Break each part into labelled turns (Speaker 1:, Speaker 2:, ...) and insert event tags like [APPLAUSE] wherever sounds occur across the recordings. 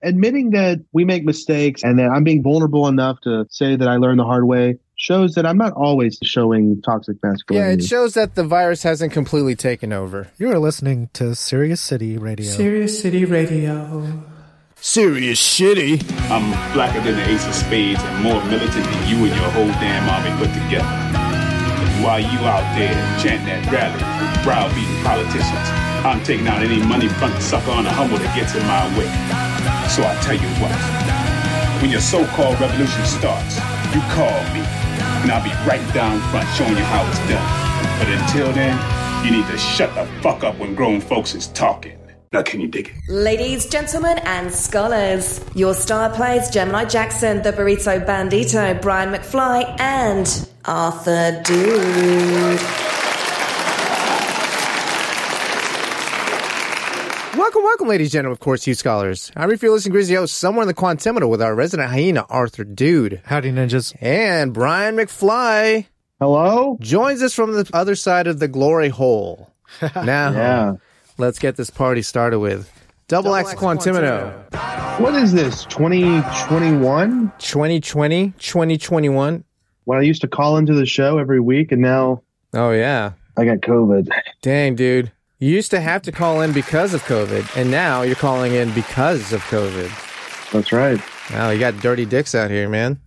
Speaker 1: admitting that we make mistakes and that I'm being vulnerable enough to say that I learned the hard way shows that I'm not always showing toxic
Speaker 2: Yeah,
Speaker 1: masculinity.
Speaker 2: it shows that the virus hasn't completely taken over.
Speaker 3: You are listening to Sirius City Radio.
Speaker 4: Serious City Radio.
Speaker 2: Serious shitty.
Speaker 5: I'm blacker than the ace of spades and more militant than you and your whole damn army put together. While you out there chanting that rally, browbeating politicians, I'm taking out any money front sucker on a humble that gets in my way. So I tell you what, when your so-called revolution starts, you call me, and I'll be right down front showing you how it's done. But until then, you need to shut the fuck up when grown folks is talking. Now can you dig it?
Speaker 6: Ladies, gentlemen, and scholars, your star players Gemini Jackson, the Burrito Bandito, Brian McFly, and Arthur Dude.
Speaker 2: Welcome, welcome, ladies and gentlemen, of course, you scholars. I'm your fearless Grisio, somewhere in the Quantiminal with our resident hyena, Arthur Dude.
Speaker 3: Howdy, ninjas.
Speaker 2: And Brian McFly
Speaker 1: Hello?
Speaker 2: joins us from the other side of the glory hole. [LAUGHS] now,
Speaker 1: Yeah.
Speaker 2: let's get this party started with Double, X, Quantimino.
Speaker 1: What is this, 2021?
Speaker 2: 2020, 2021.
Speaker 1: When I used to call into the show every week and now
Speaker 2: Oh, yeah.
Speaker 1: I got COVID.
Speaker 2: Dang, dude. You used to have to call in because of COVID, and now you're calling in because of COVID.
Speaker 1: That's right.
Speaker 2: Wow, you got dirty dicks out here, man.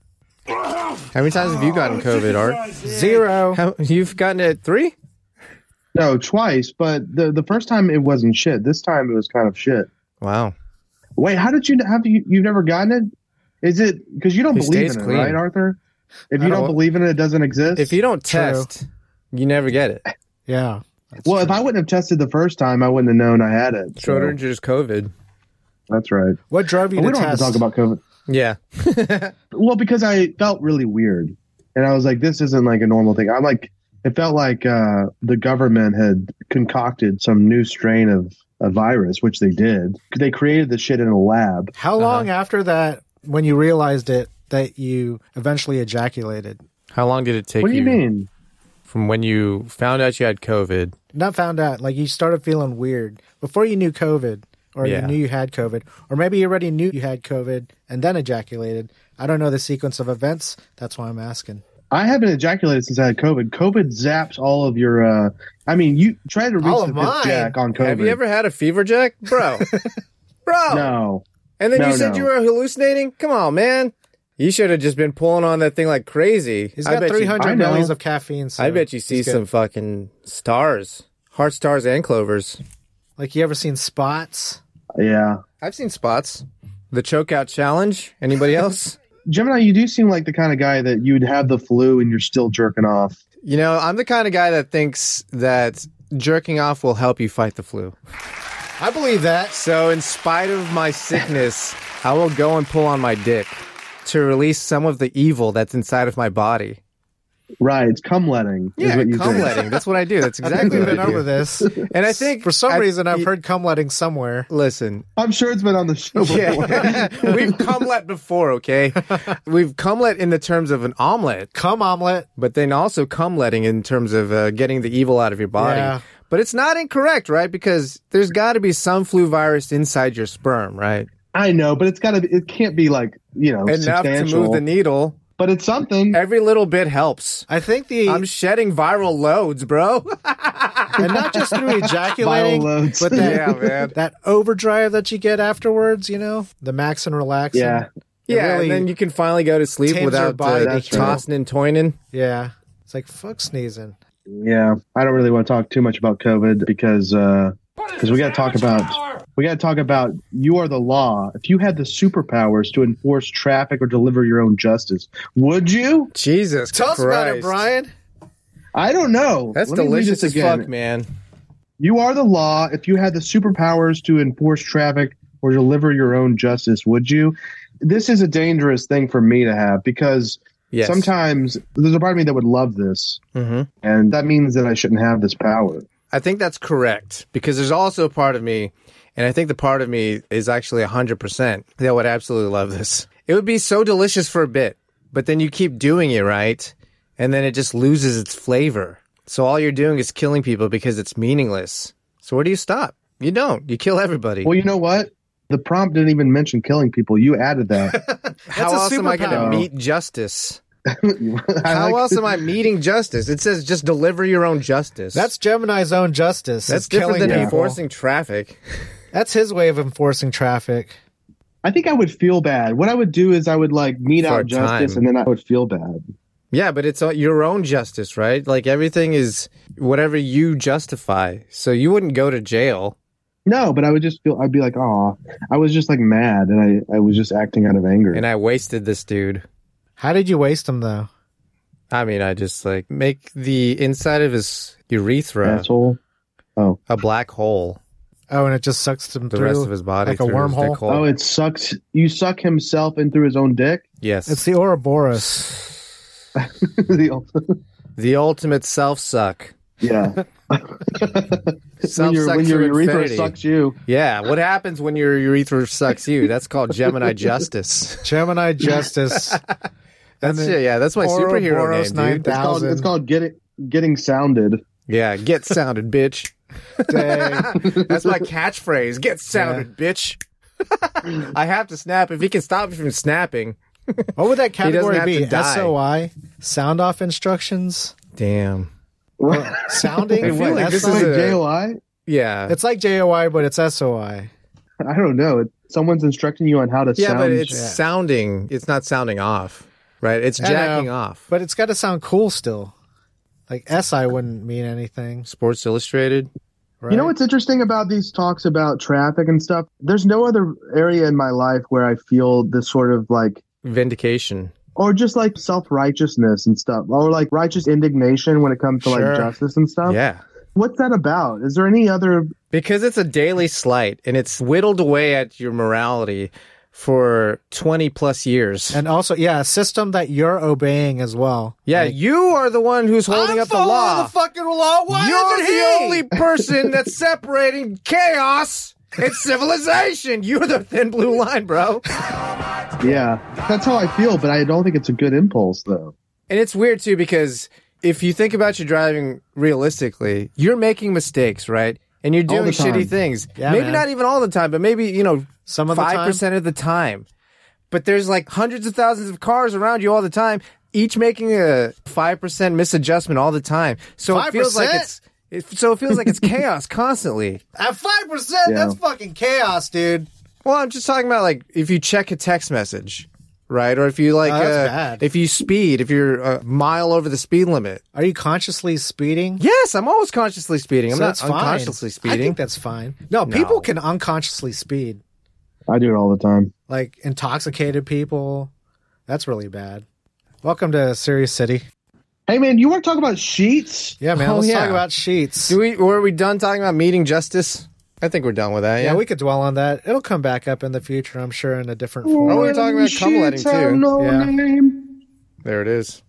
Speaker 2: How many times have you gotten COVID, Art?
Speaker 3: Zero.
Speaker 2: How, you've gotten it three?
Speaker 1: No, twice, but the the first time it wasn't shit. This time it was kind of shit.
Speaker 2: Wow.
Speaker 1: Wait, how did you have you you've never gotten it? Is it because you don't
Speaker 2: He
Speaker 1: believe
Speaker 2: stays
Speaker 1: in
Speaker 2: clean.
Speaker 1: it, right, Arthur? If
Speaker 2: I
Speaker 1: you don't
Speaker 2: don't-
Speaker 1: believe in it, it doesn't exist.
Speaker 2: If you don't
Speaker 3: True.
Speaker 2: test, you never get it.
Speaker 3: Yeah.
Speaker 1: well, if I wouldn't have tested the first time, I wouldn't have known I had it. so
Speaker 2: Schrodinger's COVID.
Speaker 1: that's right.
Speaker 3: What drove you
Speaker 2: Oh,
Speaker 1: But we
Speaker 3: to
Speaker 1: don't have
Speaker 3: test?
Speaker 1: to talk about COVID.
Speaker 2: Yeah.
Speaker 1: Well, because I felt really weird, and I was like, "This isn't like a normal thing." I'm like, it felt like uh, the government had concocted some new strain of a virus, which they did. They created the shit in a lab.
Speaker 3: How
Speaker 2: Uh-huh.
Speaker 3: long after that, when you realized it, that you eventually ejaculated?
Speaker 2: How long did it take
Speaker 1: What do you mean?
Speaker 2: from when you found out you had COVID?
Speaker 3: Not found out. Like you started feeling weird before you knew COVID, or
Speaker 2: Yeah.
Speaker 3: you knew you had COVID, or maybe you already knew you had COVID and then ejaculated. I don't know the sequence of events. That's why I'm asking.
Speaker 1: I haven't ejaculated since I had COVID. COVID zaps all of your. uh I mean, you try to reach
Speaker 3: All
Speaker 1: the
Speaker 3: of
Speaker 1: fifth
Speaker 3: mine?
Speaker 1: jack on COVID.
Speaker 2: Have you ever had a fever jack?
Speaker 1: [LAUGHS]
Speaker 2: Bro. Bro.
Speaker 3: Oh.
Speaker 1: No.
Speaker 2: And then
Speaker 1: No,
Speaker 2: you said
Speaker 1: no.
Speaker 2: you were hallucinating? Come on, man. You should have just been pulling on that thing like crazy.
Speaker 3: He's
Speaker 2: I
Speaker 3: got
Speaker 2: bet you-
Speaker 3: 300
Speaker 1: I know.
Speaker 3: millies of caffeine. So
Speaker 2: I bet you see
Speaker 3: he's good.
Speaker 2: some fucking stars, heart stars and clovers.
Speaker 3: Like you ever seen spots?
Speaker 1: Yeah.
Speaker 2: I've seen spots. The chokeout challenge.
Speaker 3: [LAUGHS]
Speaker 2: Anybody else?
Speaker 1: Gemini, you do seem like the kind of guy that you'd have the flu and you're still jerking off.
Speaker 2: you know, I'm the kind of guy that thinks that jerking off will help you fight the flu.
Speaker 3: I believe that.
Speaker 2: So, in spite of my sickness, I will go and pull on my dick to release some of the evil that's inside of my body.
Speaker 1: Right. It's cum letting. is
Speaker 2: Yeah,
Speaker 1: what you
Speaker 2: cum
Speaker 1: think.
Speaker 2: letting. That's what I do.
Speaker 3: [LAUGHS]
Speaker 2: That's exactly
Speaker 3: We've
Speaker 2: what
Speaker 3: been
Speaker 2: I
Speaker 3: over
Speaker 2: do.
Speaker 3: this.
Speaker 2: [LAUGHS] And I think
Speaker 3: For some
Speaker 2: I-
Speaker 3: reason, I've
Speaker 2: y-
Speaker 3: heard cum letting somewhere.
Speaker 2: Listen,
Speaker 1: I'm sure it's been on the show before.
Speaker 2: Yeah. [LAUGHS] We've cumlet before,
Speaker 3: [LAUGHS]
Speaker 2: okay? We've cumlet in the terms of an omelet,
Speaker 3: Cum omelet.
Speaker 2: but then also cumletting in terms of uh, getting the evil out of your body.
Speaker 3: Yeah.
Speaker 2: But it's not incorrect, right? Because there's got to be some flu virus inside your sperm, right?
Speaker 1: I know, but it's got to. It can't be like you know
Speaker 2: Enough to
Speaker 1: substantial.
Speaker 2: move the needle.
Speaker 1: but it's something.
Speaker 2: Every little bit helps.
Speaker 3: I think the
Speaker 2: I'm shedding viral loads, bro. [LAUGHS]
Speaker 3: and not just through ejaculating,
Speaker 1: Viral loads.
Speaker 3: but that,
Speaker 2: Yeah, man.
Speaker 3: that overdrive that you get afterwards. You know, the max and relax.
Speaker 1: [LAUGHS] Yeah.
Speaker 2: yeah,
Speaker 3: really
Speaker 2: and then you can finally go to sleep
Speaker 3: tames your
Speaker 2: without
Speaker 3: body.
Speaker 2: uh,
Speaker 1: That's right.
Speaker 2: tossing and toining.
Speaker 3: yeah. It's like fuck sneezing.
Speaker 1: Yeah, I don't really want to talk too much about COVID because because we got to talk about we got to talk about you are the law. If you had the superpowers to enforce traffic or deliver your own justice, would you?
Speaker 2: Jesus
Speaker 3: Tell us
Speaker 2: Christ.
Speaker 3: about it, Brian.
Speaker 1: I don't know.
Speaker 2: That's
Speaker 1: Let me read
Speaker 2: delicious
Speaker 1: this
Speaker 2: as
Speaker 1: again.
Speaker 2: fuck, man.
Speaker 1: You are the law. If you had the superpowers to enforce traffic or deliver your own justice, would you? This is a dangerous thing for me to have because
Speaker 2: Yes.
Speaker 1: sometimes there's a part of me that would love this,
Speaker 2: Mhm.
Speaker 1: and that means that I shouldn't have this power.
Speaker 2: I think that's correct because there's also a part of me, and I think the part of me is actually 100% that would absolutely love this. It would be so delicious for a bit, but then you keep doing it, right? And then it just loses its flavor. So all you're doing is killing people because it's meaningless. So where do you stop? You don't. You kill everybody.
Speaker 1: Well, you know what? The prompt didn't even mention killing people. You added
Speaker 2: [LAUGHS]
Speaker 1: that. [LAUGHS]
Speaker 2: How
Speaker 3: a
Speaker 2: else am I going
Speaker 1: superpower.
Speaker 2: to meet justice?
Speaker 1: I
Speaker 2: How
Speaker 1: like-
Speaker 2: else am I meeting justice? It says just deliver your own justice.
Speaker 3: That's Gemini's own justice.
Speaker 2: that's
Speaker 3: is
Speaker 2: different
Speaker 3: killing
Speaker 2: than
Speaker 3: people.
Speaker 2: enforcing traffic.
Speaker 3: That's his way of enforcing traffic.
Speaker 1: I think I would feel bad. What I would do is I would like mete
Speaker 2: For a
Speaker 1: out justice,
Speaker 2: time.
Speaker 1: and then I would feel bad.
Speaker 2: Yeah, but it's all your own justice, right? Like everything is whatever you justify. So you wouldn't go to jail.
Speaker 1: No, but I would just feel. I'd be like, oh, I was just like mad, and I I was just acting out of anger.
Speaker 2: And I wasted this dude.
Speaker 3: How did you waste him though?
Speaker 2: I mean, I just like make the inside of his urethra
Speaker 1: asshole. Oh.
Speaker 2: a black hole.
Speaker 3: Oh, and it just sucks him
Speaker 2: The
Speaker 3: through.
Speaker 2: rest of his body
Speaker 3: like a
Speaker 2: through his
Speaker 3: wormhole?
Speaker 2: dick hole.
Speaker 1: Oh, it sucks. You suck himself in through his own dick. [LAUGHS]
Speaker 2: yes,
Speaker 3: [LAUGHS] it's the Ouroboros.
Speaker 1: The-
Speaker 2: the ultimate self suck.
Speaker 1: yeah, [LAUGHS] when
Speaker 2: Self
Speaker 1: your
Speaker 2: suck
Speaker 1: when your
Speaker 2: through
Speaker 1: urethra
Speaker 2: infinity.
Speaker 1: sucks you.
Speaker 2: Yeah, what happens when your urethra sucks you? That's called Gemini
Speaker 3: [LAUGHS]
Speaker 2: justice. [LAUGHS]
Speaker 3: Gemini Justice. [LAUGHS]
Speaker 2: That's it, [LAUGHS] yeah, that's my superhero
Speaker 3: Ouroboros
Speaker 2: name, dude.
Speaker 1: It's called,
Speaker 3: 9000.
Speaker 1: it's called get it, getting
Speaker 2: [LAUGHS]
Speaker 1: sounded.
Speaker 2: Yeah, get sounded, bitch.
Speaker 3: Dang.
Speaker 2: That's
Speaker 3: [LAUGHS]
Speaker 2: my catchphrase. Get sounded, bitch. [LAUGHS] I have to snap. If he can stop me from snapping.
Speaker 3: What would that category
Speaker 2: have
Speaker 3: be?
Speaker 2: to die.
Speaker 3: SOI? Sound off instructions?
Speaker 2: Damn.
Speaker 1: [LAUGHS]
Speaker 3: Sounding?
Speaker 2: I feel
Speaker 3: What,
Speaker 2: like this
Speaker 3: SOI?
Speaker 2: is a-
Speaker 1: JOI?
Speaker 2: Yeah.
Speaker 3: It's like JOI, but it's SOI.
Speaker 1: I don't know. It, someone's instructing you on how to
Speaker 2: yeah,
Speaker 1: sound.
Speaker 2: but it's
Speaker 1: shit.
Speaker 2: sounding. It's not sounding off, right? It's
Speaker 3: I know,
Speaker 2: jacking off.
Speaker 3: But it's got to sound cool still. Like SI wouldn't mean anything.
Speaker 2: Sports Illustrated.
Speaker 3: Right?
Speaker 1: You know what's interesting about these talks about traffic and stuff? There's no other area in my life where I feel this sort of like,
Speaker 2: Vindication.
Speaker 1: or just like self righteousness and stuff, or like righteous indignation when it comes to
Speaker 3: Sure.
Speaker 1: like justice and
Speaker 3: Oh.
Speaker 1: stuff.
Speaker 2: Yeah.
Speaker 1: What's that about? Is there any other?
Speaker 2: Because it's a daily slight and it's whittled away at your morality for 20 plus years.
Speaker 3: And also, yeah, a system that you're obeying as well.
Speaker 2: yeah,
Speaker 3: Like,
Speaker 2: you are the one who's holding
Speaker 3: I'm
Speaker 2: up the
Speaker 3: following
Speaker 2: law.
Speaker 3: the fucking law. Why
Speaker 2: You're
Speaker 3: isn't he?
Speaker 2: the only person that's separating chaos and civilization. You're the thin blue line, bro.
Speaker 1: Yeah, that's how I feel, but I don't think it's a good impulse though.
Speaker 2: And it's weird too because if you think about your driving realistically, you're making mistakes, right? And you're
Speaker 1: All
Speaker 2: doing
Speaker 1: the time.
Speaker 2: shitty things.
Speaker 3: Yeah,
Speaker 2: maybe
Speaker 3: man.
Speaker 2: not even all the time, but maybe, you know,
Speaker 3: Some of the
Speaker 2: five
Speaker 3: time.
Speaker 2: percent of the time. But there's like hundreds of thousands of cars around you all the time, each making a five percent misadjustment all the time. So it feels like
Speaker 3: 5%?
Speaker 2: it's it, so it feels like it's chaos constantly.
Speaker 3: At five percent,
Speaker 1: Yeah.
Speaker 3: that's fucking chaos, dude.
Speaker 2: Well, I'm just talking about like if you check a text message, right? Or if you like,
Speaker 3: Oh, that's
Speaker 2: uh,
Speaker 3: bad.
Speaker 2: if you speed, if you're a mile over the speed limit.
Speaker 3: Are you consciously speeding?
Speaker 2: Yes, I'm always consciously speeding. I'm
Speaker 3: So
Speaker 2: not
Speaker 3: that's fine.
Speaker 2: unconsciously
Speaker 3: I
Speaker 2: speeding.
Speaker 3: think that's fine. No, people can unconsciously speed,
Speaker 1: I do it all the time.
Speaker 3: like intoxicated people. That's really bad. Welcome to Serious City.
Speaker 1: Hey man, you want to talk about sheets?
Speaker 3: Yeah, man.
Speaker 2: Oh,
Speaker 3: let's
Speaker 2: yeah.
Speaker 3: talk about sheets.
Speaker 2: Do we? Were we done talking about meeting justice? I think we're done with that. Yeah.
Speaker 3: yeah, we could dwell on that. It'll come back up in the future, I'm sure, in a different
Speaker 2: oh,
Speaker 3: form.
Speaker 2: we were talking about cum letting
Speaker 1: Sheets have
Speaker 2: too.
Speaker 1: no
Speaker 3: Yeah.
Speaker 1: name.
Speaker 2: There it is.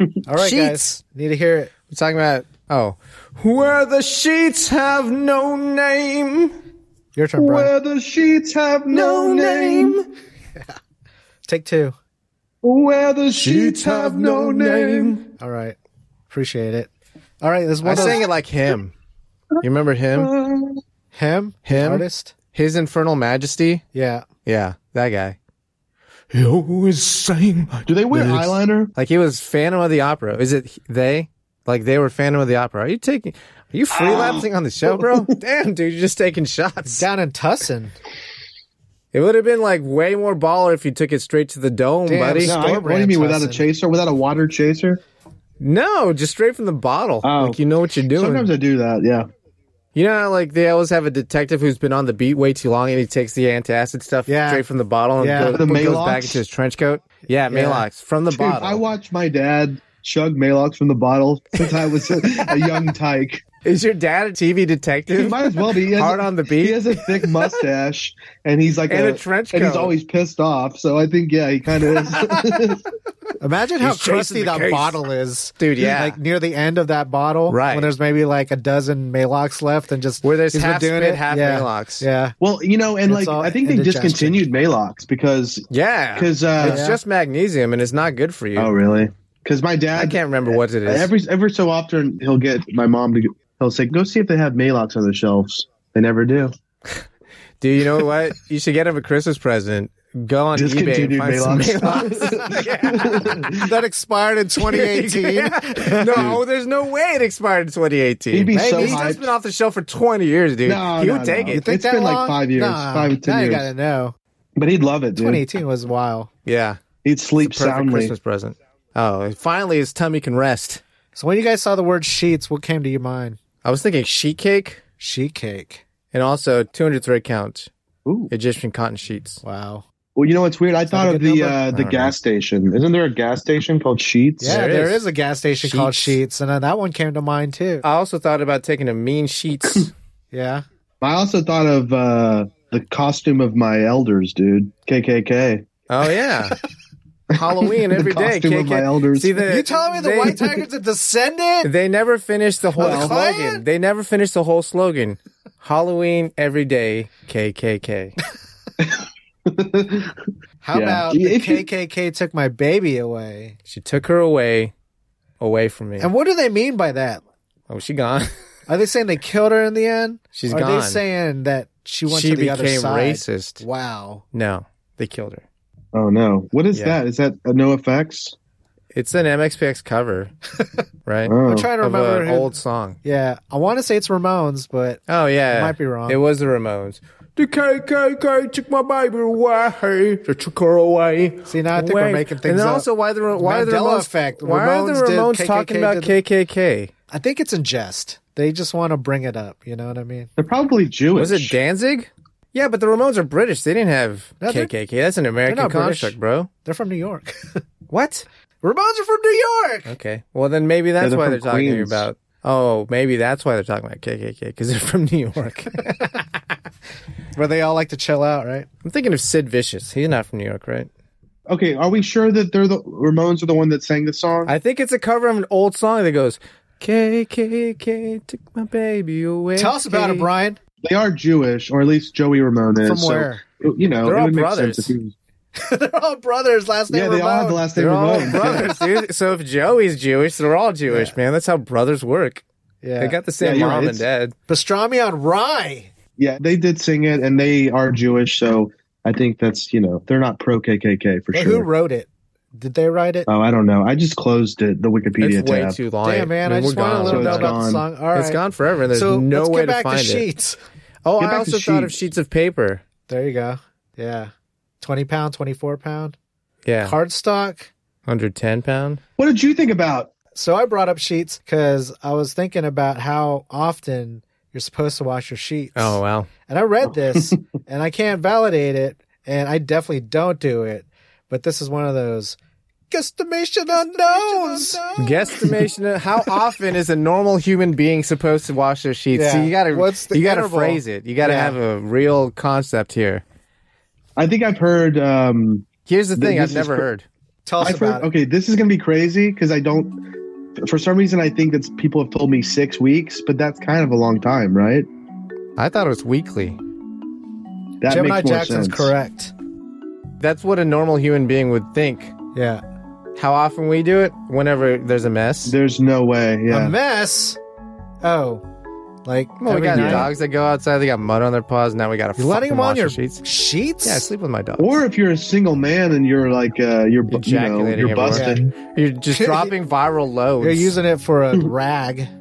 Speaker 3: All right,
Speaker 2: sheets.
Speaker 3: guys. Need to hear it.
Speaker 2: We're talking about oh, where the sheets have no name,
Speaker 3: Your turn, Brian.
Speaker 1: Where the sheets have no,
Speaker 2: no
Speaker 1: name.
Speaker 2: name.
Speaker 3: Take two.
Speaker 1: Where the sheets have no name.
Speaker 3: All right. Appreciate it. All right. There's
Speaker 2: I
Speaker 3: one of
Speaker 2: sang it like him. You remember him?
Speaker 3: him.
Speaker 2: Him?
Speaker 3: Artist.
Speaker 2: His infernal majesty.
Speaker 3: Yeah.
Speaker 2: Yeah, that guy. He always sang.
Speaker 1: Do they wear
Speaker 2: Lyrics.
Speaker 1: eyeliner?
Speaker 2: Like he was Phantom of the Opera. Is it they? Like they were Phantom of the Opera. Are you taking? Are you freelancing on the show, bro? Damn, dude, you're just taking shots.
Speaker 3: Down in Tussin.
Speaker 2: It would have been like way more baller if you took it straight to the dome,
Speaker 3: Damn,
Speaker 2: buddy.
Speaker 1: No, I,
Speaker 3: Store
Speaker 1: what do you
Speaker 3: brand
Speaker 1: mean without a
Speaker 3: Tussin.
Speaker 1: chaser? Without a water chaser?
Speaker 2: No, just straight from the bottle.
Speaker 1: Oh.
Speaker 2: Like you know what you're doing.
Speaker 1: Sometimes I do that. Yeah.
Speaker 2: you know, how, like they always have a detective who's been on the beat way too long, and he takes the antacid stuff
Speaker 3: Yeah.
Speaker 2: straight from the bottle and
Speaker 3: Yeah.
Speaker 2: goes,
Speaker 1: The
Speaker 2: goes
Speaker 1: Malox?
Speaker 2: back into his trench coat. Yeah, Malox from the
Speaker 1: Dude,
Speaker 2: bottle.
Speaker 1: I watched my dad chug Malox from the bottle since I was a, a young tyke.
Speaker 2: Is your dad a TV [LAUGHS]
Speaker 1: He
Speaker 2: detective?
Speaker 1: might as well be. He has,
Speaker 2: Hard on the beat?
Speaker 1: He has a thick mustache, and he's like
Speaker 2: [LAUGHS] And a trench
Speaker 1: and he's
Speaker 2: coat.
Speaker 1: always pissed off. So I think yeah, he kind of
Speaker 2: [LAUGHS]
Speaker 1: is. [LAUGHS]
Speaker 3: Imagine how
Speaker 2: He's chasing
Speaker 3: crusty
Speaker 2: the
Speaker 3: that
Speaker 2: case.
Speaker 3: bottle is,
Speaker 2: Dude, yeah.
Speaker 3: Like near the end of that bottle,
Speaker 2: Right.
Speaker 3: When there's maybe like a dozen Malox left, and just
Speaker 2: Where there's
Speaker 3: he's been
Speaker 2: half
Speaker 3: doing
Speaker 2: spit,
Speaker 3: it.
Speaker 2: half
Speaker 3: yeah.
Speaker 2: Malox.
Speaker 3: Yeah,
Speaker 1: well, you know, and
Speaker 3: It's
Speaker 1: like
Speaker 3: all
Speaker 1: I think they
Speaker 3: indigestion.
Speaker 1: discontinued Malox because
Speaker 2: yeah,
Speaker 1: because uh,
Speaker 2: it's just magnesium and it's not good for you.
Speaker 1: oh really? Because my dad
Speaker 2: I can't remember what it is.
Speaker 1: Every every so often, he'll
Speaker 2: [LAUGHS]
Speaker 1: get my mom to. He'll say, "Go see if they have Malox on the shelves." They never do.
Speaker 2: Do you know what? you should get him a Christmas present. Go on eBay and
Speaker 1: Discontinued
Speaker 2: find some
Speaker 1: Maalox.
Speaker 2: Maalox.
Speaker 1: [LAUGHS]
Speaker 2: Yeah.
Speaker 3: that expired
Speaker 2: [LAUGHS]
Speaker 3: in 2018.
Speaker 2: no, there's no way it expired in 2018.
Speaker 1: He'd be
Speaker 2: Hey,
Speaker 1: so
Speaker 2: he's just
Speaker 1: hyped.
Speaker 2: been off the shelf for 20 years, dude.
Speaker 1: No,
Speaker 2: he
Speaker 1: no,
Speaker 2: would take
Speaker 1: no.
Speaker 2: it.
Speaker 1: It's been like five years, five, ten
Speaker 3: now you
Speaker 1: years.
Speaker 3: gotta know.
Speaker 1: [LAUGHS] But he'd love it, dude.
Speaker 3: 2018 was a while.
Speaker 2: Yeah,
Speaker 1: He'd sleep
Speaker 2: perfect
Speaker 1: soundly.
Speaker 2: Christmas present. Oh, finally his tummy can rest.
Speaker 3: So when you guys saw the word sheets, what came to your mind?
Speaker 2: I was thinking sheet cake
Speaker 3: Sheet cake.
Speaker 2: and also 200 thread count
Speaker 1: Ooh.
Speaker 2: Egyptian cotton sheets.
Speaker 3: Wow.
Speaker 1: Well, you know what's weird? I thought
Speaker 3: a
Speaker 1: of
Speaker 3: good
Speaker 1: the
Speaker 3: number?
Speaker 1: uh, the
Speaker 2: don't
Speaker 1: gas station. Isn't there a gas station called Sheets?
Speaker 3: Yeah,
Speaker 2: There
Speaker 3: there
Speaker 2: is.
Speaker 3: is. a gas station called
Speaker 2: Sheets.
Speaker 3: Sheets, and then that one came to mind too.
Speaker 2: I also thought about taking a
Speaker 1: [COUGHS]
Speaker 2: mean sheets.
Speaker 3: Yeah.
Speaker 1: I also thought of uh, the costume of my elders, dude. KKK.
Speaker 2: oh yeah. [LAUGHS] Halloween
Speaker 1: The
Speaker 2: every day.
Speaker 1: costume of
Speaker 2: KK.
Speaker 1: my elders.
Speaker 2: See the,
Speaker 3: You telling me the
Speaker 2: they-
Speaker 3: White Tigers are descended?
Speaker 2: They never finished the whole
Speaker 1: Well-
Speaker 2: slogan. They never finished the whole slogan. Halloween every day, KKK.
Speaker 3: How
Speaker 1: Yeah.
Speaker 3: about
Speaker 2: [LAUGHS]
Speaker 3: the
Speaker 1: If you-
Speaker 3: KKK took my baby away?
Speaker 2: She took her away, away from me.
Speaker 3: And what do they mean by that?
Speaker 2: Oh, she gone. [LAUGHS]
Speaker 3: Are they saying they killed her in the end?
Speaker 2: She's
Speaker 3: Are
Speaker 2: gone.
Speaker 3: they saying that she went
Speaker 2: She
Speaker 3: to the other
Speaker 2: became
Speaker 3: side?
Speaker 2: racist.
Speaker 3: Wow.
Speaker 2: No, they killed her.
Speaker 1: Oh no! What is
Speaker 2: Yeah.
Speaker 1: that? Is that a no effects?
Speaker 2: It's an MXPX
Speaker 3: [LAUGHS]
Speaker 2: cover, right?
Speaker 1: Oh.
Speaker 3: I'm trying to
Speaker 2: Of
Speaker 3: remember
Speaker 2: an
Speaker 3: who-
Speaker 2: old song.
Speaker 3: Yeah, I want to say it's Ramones, but
Speaker 2: Oh yeah,
Speaker 3: Might be wrong.
Speaker 2: It was the Ramones. The KKK took my baby away. They took her away.
Speaker 3: See, now I think we're
Speaker 2: Away.
Speaker 3: making things
Speaker 2: And then
Speaker 3: up.
Speaker 2: also, why the Ra- why are the
Speaker 3: Mandela
Speaker 2: Ramones?
Speaker 3: effect.
Speaker 2: Why are the
Speaker 3: Ramones did,
Speaker 2: Ramones
Speaker 3: KKK
Speaker 2: talking about
Speaker 3: did.
Speaker 2: KKK?
Speaker 3: I think it's in jest. They just want to bring it up. You know what I mean?
Speaker 1: They're probably Jewish.
Speaker 2: Was it Danzig? Yeah, but the Ramones are British. They didn't have
Speaker 3: No, they're-
Speaker 2: KKK. That's an American
Speaker 3: not British.
Speaker 2: construct, bro.
Speaker 3: They're from New York. [LAUGHS]
Speaker 2: What?
Speaker 3: Ramones are from New York.
Speaker 2: Okay. Well, then maybe that's
Speaker 1: they're
Speaker 2: why
Speaker 1: from
Speaker 2: they're talking
Speaker 1: Queens.
Speaker 2: about. Oh, maybe that's why they're talking about KKK because they're from New [LAUGHS] York.
Speaker 3: Where they all like to chill out, right?
Speaker 2: I'm thinking of Sid Vicious. He's not from New York, right?
Speaker 1: Okay, are we sure that they're the Ramones are the one that sang the song?
Speaker 2: I think it's a cover of an old song that goes KKK took my baby away.
Speaker 3: Tell us about it, Brian.
Speaker 1: they are Jewish, or at least Joey Ramone is.
Speaker 3: From
Speaker 1: so,
Speaker 3: where?
Speaker 1: you know,
Speaker 2: They're
Speaker 1: it
Speaker 2: all
Speaker 1: would
Speaker 2: brothers.
Speaker 1: make sense if he was-
Speaker 3: [LAUGHS] They're all brothers. Last name
Speaker 1: Yeah, they all have the last name
Speaker 2: They're all
Speaker 1: Ramone.
Speaker 2: brothers, dude. So if Joey's Jewish, they're all Jewish, man. That's how brothers work.
Speaker 3: Yeah.
Speaker 2: They got the same
Speaker 1: Yeah, you're
Speaker 2: mom
Speaker 1: right.
Speaker 2: and dad.
Speaker 3: pastrami on rye.
Speaker 1: [LAUGHS] yeah, they did sing it, and they are Jewish, so I think that's you know they're not pro KKK for
Speaker 3: But
Speaker 1: sure.
Speaker 3: Who wrote it? Did they write it?
Speaker 1: oh, I don't know. I just closed it, the Wikipedia
Speaker 2: It's way
Speaker 1: tab.
Speaker 2: too long.
Speaker 3: Damn, man. I,
Speaker 2: Oh, mean,
Speaker 3: just
Speaker 2: we're
Speaker 3: want to
Speaker 1: little
Speaker 2: gone.
Speaker 3: know
Speaker 1: So it's
Speaker 3: about the
Speaker 1: gone.
Speaker 3: song. All right.
Speaker 2: It's gone forever. and There's
Speaker 3: so
Speaker 2: no
Speaker 3: let's
Speaker 2: way
Speaker 3: get back
Speaker 2: to find
Speaker 3: to
Speaker 2: it.
Speaker 3: sheets.
Speaker 2: Oh,
Speaker 1: Get
Speaker 2: I
Speaker 1: back to
Speaker 2: also thought of
Speaker 1: sheets.
Speaker 2: sheets of paper.
Speaker 3: There you go. Yeah. 20 pound, 24 pound.
Speaker 2: Yeah,
Speaker 3: Cardstock.
Speaker 2: under ten pound.
Speaker 1: What did you think about?
Speaker 3: So I brought up sheets because I was thinking about how often you're supposed to wash your sheets.
Speaker 2: Oh wow.
Speaker 3: And I
Speaker 1: [LAUGHS]
Speaker 3: read this and I can't validate it. And I definitely don't do it. But this is one of those guesstimation unknowns.
Speaker 2: Guesstimation. of- How often is a normal human being supposed to wash their sheets?
Speaker 3: Yeah.
Speaker 2: So you gotta,
Speaker 3: What's the
Speaker 2: you gotta
Speaker 3: interval?
Speaker 2: phrase it. You gotta
Speaker 3: Yeah.
Speaker 2: have a real concept here.
Speaker 1: I think I've heard. Um,
Speaker 2: Here's the
Speaker 1: Th-
Speaker 2: thing:
Speaker 1: this
Speaker 2: I've
Speaker 1: is
Speaker 2: never
Speaker 1: cr-
Speaker 2: heard.
Speaker 3: Tell us
Speaker 1: I've
Speaker 3: about
Speaker 1: heard. Okay, this is gonna be crazy because I don't. For some reason, I think that people have told me six weeks, but that's kind of a long time, right?
Speaker 2: I thought it was weekly.
Speaker 3: it.
Speaker 1: That
Speaker 3: Gemini
Speaker 1: makes more
Speaker 3: Jackson's
Speaker 1: sense.
Speaker 3: correct.
Speaker 2: That's what a normal human being would think.
Speaker 3: Yeah.
Speaker 2: How often we do it? Whenever there's a mess.
Speaker 1: There's no way. Yeah.
Speaker 3: A mess. Oh, like
Speaker 2: well, we
Speaker 3: every
Speaker 2: got
Speaker 3: night?
Speaker 2: dogs that go outside. They got mud on their paws. Now we got to
Speaker 3: You're
Speaker 2: letting
Speaker 3: letting them
Speaker 2: wash
Speaker 3: on your
Speaker 2: their sheets.
Speaker 3: sheets.
Speaker 2: Yeah, I sleep with my dog.
Speaker 1: Or if you're a single man and you're like uh, you're bu- you know,
Speaker 2: Ejaculating
Speaker 1: you're
Speaker 2: everywhere.
Speaker 1: busted.
Speaker 2: You're just
Speaker 3: [LAUGHS]
Speaker 2: dropping viral loads.
Speaker 3: You're using it for a rag.
Speaker 2: [LAUGHS]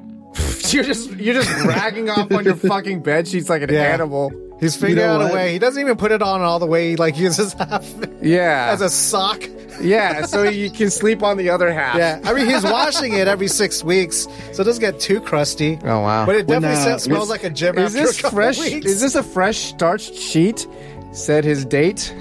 Speaker 2: You're just you're just ragging off
Speaker 3: [LAUGHS]
Speaker 2: on your fucking bed sheets like an
Speaker 3: Yeah.
Speaker 2: animal.
Speaker 3: He's figured
Speaker 1: know
Speaker 3: out
Speaker 1: what?
Speaker 3: a way. He doesn't even put it on all the way. He like uses [LAUGHS] half
Speaker 2: Yeah.
Speaker 3: as a sock.
Speaker 2: [LAUGHS] yeah, so you can sleep on the other half.
Speaker 3: Yeah, I mean he's washing it every six weeks, so it doesn't get too crusty.
Speaker 2: Oh, wow.
Speaker 3: But it
Speaker 1: When,
Speaker 3: definitely
Speaker 1: uh,
Speaker 3: se- smells
Speaker 1: is-
Speaker 3: like a gym.
Speaker 2: Is
Speaker 3: after
Speaker 2: this
Speaker 3: a couple
Speaker 2: fresh
Speaker 3: Weeks.
Speaker 2: is this a fresh starched sheet? Said his date.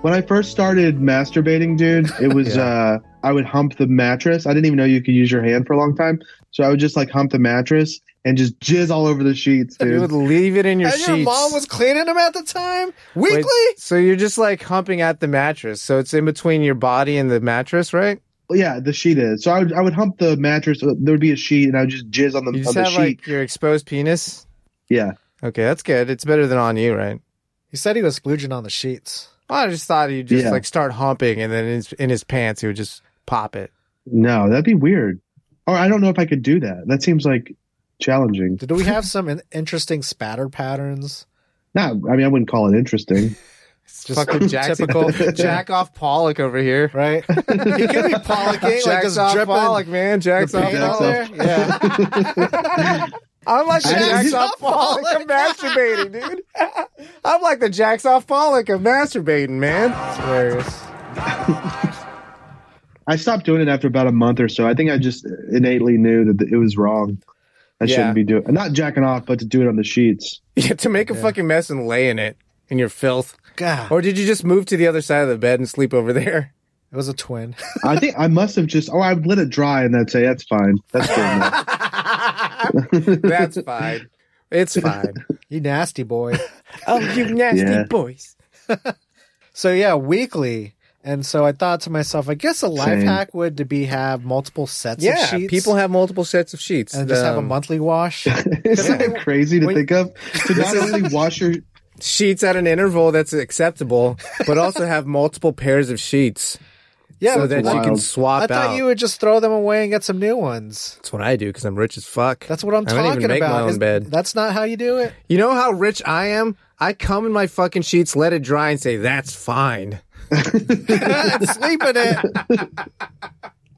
Speaker 1: When I first started masturbating, dude, it
Speaker 2: [LAUGHS]
Speaker 1: was uh, I would hump the mattress. I didn't even know you could use your hand for a long time, so I would just like hump the mattress and just jizz all over the sheets,
Speaker 2: You would
Speaker 1: dude.
Speaker 2: leave it in your
Speaker 3: and
Speaker 2: sheets.
Speaker 3: your mom was cleaning him at the time
Speaker 2: Wait,
Speaker 3: weekly.
Speaker 2: so you're just like humping at the mattress. So it's in between your body and the mattress, right?
Speaker 1: yeah, the sheet is. So I would I would hump the mattress. uh, There would be a sheet, and I would just jizz on the
Speaker 2: You
Speaker 1: on
Speaker 2: just
Speaker 1: the
Speaker 2: have
Speaker 1: sheet.
Speaker 2: like your exposed penis.
Speaker 1: yeah,
Speaker 2: Okay, that's good. It's better than on you, right?
Speaker 3: He said he was splooging on the sheets.
Speaker 2: I just thought he'd just
Speaker 1: Yeah.
Speaker 2: like start humping and then in his, in his pants he would just pop it.
Speaker 1: no, that'd be weird. Or I don't know if I could do that. That seems like challenging.
Speaker 3: Did we have some in- interesting spatter patterns?
Speaker 1: Not, I mean, I wouldn't call it
Speaker 3: [LAUGHS]
Speaker 1: interesting.
Speaker 2: It's just fucking Jackson,
Speaker 3: typical.
Speaker 2: Jack off Pollock over here.
Speaker 3: right? [LAUGHS] he could be Pollock, like
Speaker 2: Jack's
Speaker 3: just
Speaker 2: off
Speaker 3: dripping
Speaker 2: Pollock, man. Jack's
Speaker 3: paint
Speaker 2: off
Speaker 1: Jack's
Speaker 3: on
Speaker 1: off.
Speaker 2: Pollock.
Speaker 3: there. Yeah,
Speaker 2: I'm like the
Speaker 1: I-
Speaker 2: Jack's
Speaker 1: he's
Speaker 2: off
Speaker 3: off
Speaker 2: Pollock of [LAUGHS] masturbating, dude. I'm like the Jack's off Pollock of masturbating, man.
Speaker 3: it's hilarious.
Speaker 1: I stopped doing it after about a month or so. I think I just innately knew that it was wrong. I
Speaker 2: Yeah.
Speaker 1: shouldn't be doing not jacking off, but to do it on the sheets.
Speaker 2: [LAUGHS] Yeah, to make a fucking mess and lay in it in your filth.
Speaker 3: God,
Speaker 2: Or did you just move to the other side of the bed and sleep over there? [LAUGHS]
Speaker 3: it was a twin. [LAUGHS]
Speaker 1: I think I must have just oh I would let it dry and I'd say that's fine. That's good
Speaker 3: [LAUGHS]
Speaker 1: enough.
Speaker 2: That's fine. It's fine.
Speaker 3: You
Speaker 2: [LAUGHS]
Speaker 3: nasty boy.
Speaker 2: Oh, you nasty
Speaker 1: Yeah.
Speaker 2: boys.
Speaker 3: So yeah, weekly. And so I thought to myself, I guess a life
Speaker 1: Same.
Speaker 3: hack would to be have multiple sets
Speaker 2: Yeah,
Speaker 3: of sheets.
Speaker 2: people have multiple sets of sheets.
Speaker 3: and just have a
Speaker 2: Um,
Speaker 3: monthly
Speaker 2: [LAUGHS]
Speaker 3: wash.
Speaker 1: Isn't that crazy to
Speaker 2: When-
Speaker 1: think of? To not
Speaker 3: [LAUGHS]
Speaker 1: only wash your
Speaker 2: sheets at an interval that's acceptable, but also have multiple pairs of sheets
Speaker 3: [LAUGHS] yeah,
Speaker 2: so
Speaker 3: but
Speaker 2: that you
Speaker 1: wild.
Speaker 2: can
Speaker 3: I
Speaker 2: swap
Speaker 3: thought
Speaker 2: out.
Speaker 3: you would just throw them away and get some new ones.
Speaker 2: that's what I do because I'm rich as fuck.
Speaker 3: That's what I'm
Speaker 2: I
Speaker 3: talking
Speaker 2: don't even make
Speaker 3: about.
Speaker 2: my own
Speaker 3: Is-
Speaker 2: bed.
Speaker 3: That's not how you do
Speaker 2: [LAUGHS]
Speaker 3: it.
Speaker 2: You know how rich I am? I come in my fucking sheets, let it dry, and say that's fine.
Speaker 3: Sleep in
Speaker 2: [LAUGHS]
Speaker 3: it.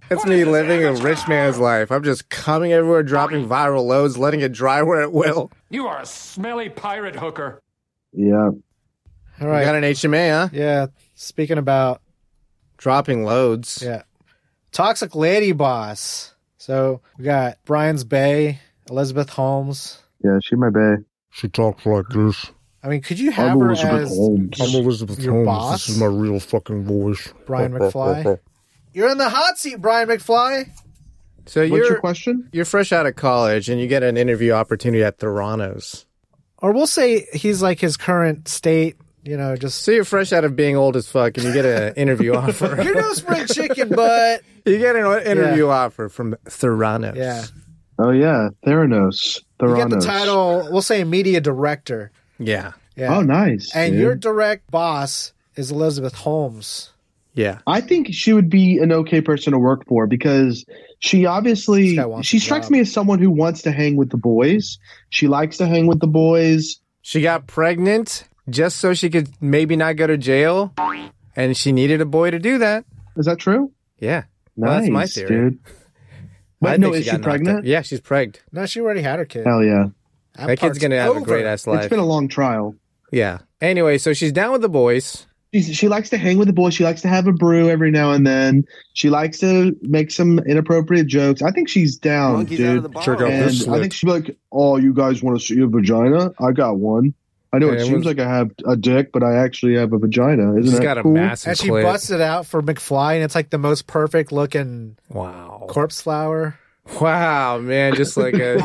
Speaker 2: That's me living a rich man's life. I'm just coming everywhere, dropping viral loads, letting it dry [LAUGHS] where it will.
Speaker 7: You are a smelly pirate hooker.
Speaker 1: Yeah.
Speaker 3: All
Speaker 2: I
Speaker 3: right.
Speaker 2: got an HMA, huh?
Speaker 3: yeah. Speaking about
Speaker 2: Dropping loads.
Speaker 3: yeah, toxic lady boss. So we got Brian's Bay, Elizabeth Holmes.
Speaker 1: Yeah, she my bae.
Speaker 8: She talks like this.
Speaker 3: I mean, could you have
Speaker 1: I'm
Speaker 3: her
Speaker 1: Elizabeth
Speaker 3: as
Speaker 1: Holmes.
Speaker 8: I'm Elizabeth
Speaker 3: Your
Speaker 8: Holmes.
Speaker 3: boss?
Speaker 8: This is my real fucking voice. [LAUGHS]
Speaker 3: Brian McFly? You're in the hot seat, Brian McFly.
Speaker 2: So
Speaker 1: What's your
Speaker 2: you're
Speaker 1: question?
Speaker 2: you're fresh out of college and you get an interview opportunity at Theranos.
Speaker 3: Or we'll say he's like his current state, you know,
Speaker 8: [LAUGHS]
Speaker 3: just
Speaker 2: So you're fresh out of being old as fuck and you get an interview [LAUGHS] offer.
Speaker 3: you're no spring chicken, but
Speaker 2: You get an interview offer from Theranos.
Speaker 3: yeah,
Speaker 1: Oh yeah, Theranos.
Speaker 3: you
Speaker 1: Theranos.
Speaker 3: get the title. We'll say media director,
Speaker 2: Yeah.
Speaker 3: yeah,
Speaker 1: Oh nice.
Speaker 3: and
Speaker 1: dude.
Speaker 3: your direct boss is Elizabeth Holmes.
Speaker 2: Yeah.
Speaker 1: I think she would be an okay person to work for because she
Speaker 3: This
Speaker 1: obviously
Speaker 3: guy wants
Speaker 1: she
Speaker 3: the
Speaker 1: strikes
Speaker 3: job.
Speaker 1: me as someone who wants to hang with the boys. She likes to hang with the boys.
Speaker 2: She got pregnant just so she could maybe not go to jail. And she needed a boy to do that.
Speaker 1: Is that true?
Speaker 2: Yeah. Well, that's my theory.
Speaker 1: dude. Wait,
Speaker 2: I
Speaker 1: no,
Speaker 2: think
Speaker 1: is she
Speaker 2: got knocked up.
Speaker 1: pregnant?
Speaker 2: Yeah, she's pregged.
Speaker 3: No, she already had her kid.
Speaker 1: Hell yeah!
Speaker 2: That kid's
Speaker 3: part's
Speaker 2: gonna have a
Speaker 3: over.
Speaker 2: great ass life.
Speaker 1: It's been a long trial.
Speaker 2: yeah. Anyway, so she's down with the boys.
Speaker 1: She's, she likes to hang with the boys. She likes to have a brew every now and then. She likes to make some inappropriate jokes. I think she's down, dude.
Speaker 8: Check out
Speaker 1: and
Speaker 8: this
Speaker 1: I
Speaker 8: slick.
Speaker 1: think she'd be like, "Oh, you guys want to see a vagina? I got one. I know
Speaker 2: Yeah,
Speaker 1: it
Speaker 2: it
Speaker 1: seems
Speaker 2: was-
Speaker 1: like I have a dick, but I actually have a vagina. Isn't
Speaker 2: She's
Speaker 1: that
Speaker 2: got a
Speaker 1: cool?"
Speaker 2: massive
Speaker 3: And she
Speaker 2: clit.
Speaker 3: busts it out for McFly, and it's like the most perfect looking
Speaker 2: Wow.
Speaker 3: corpse flower.
Speaker 2: Wow, man, just like
Speaker 3: [LAUGHS]
Speaker 2: a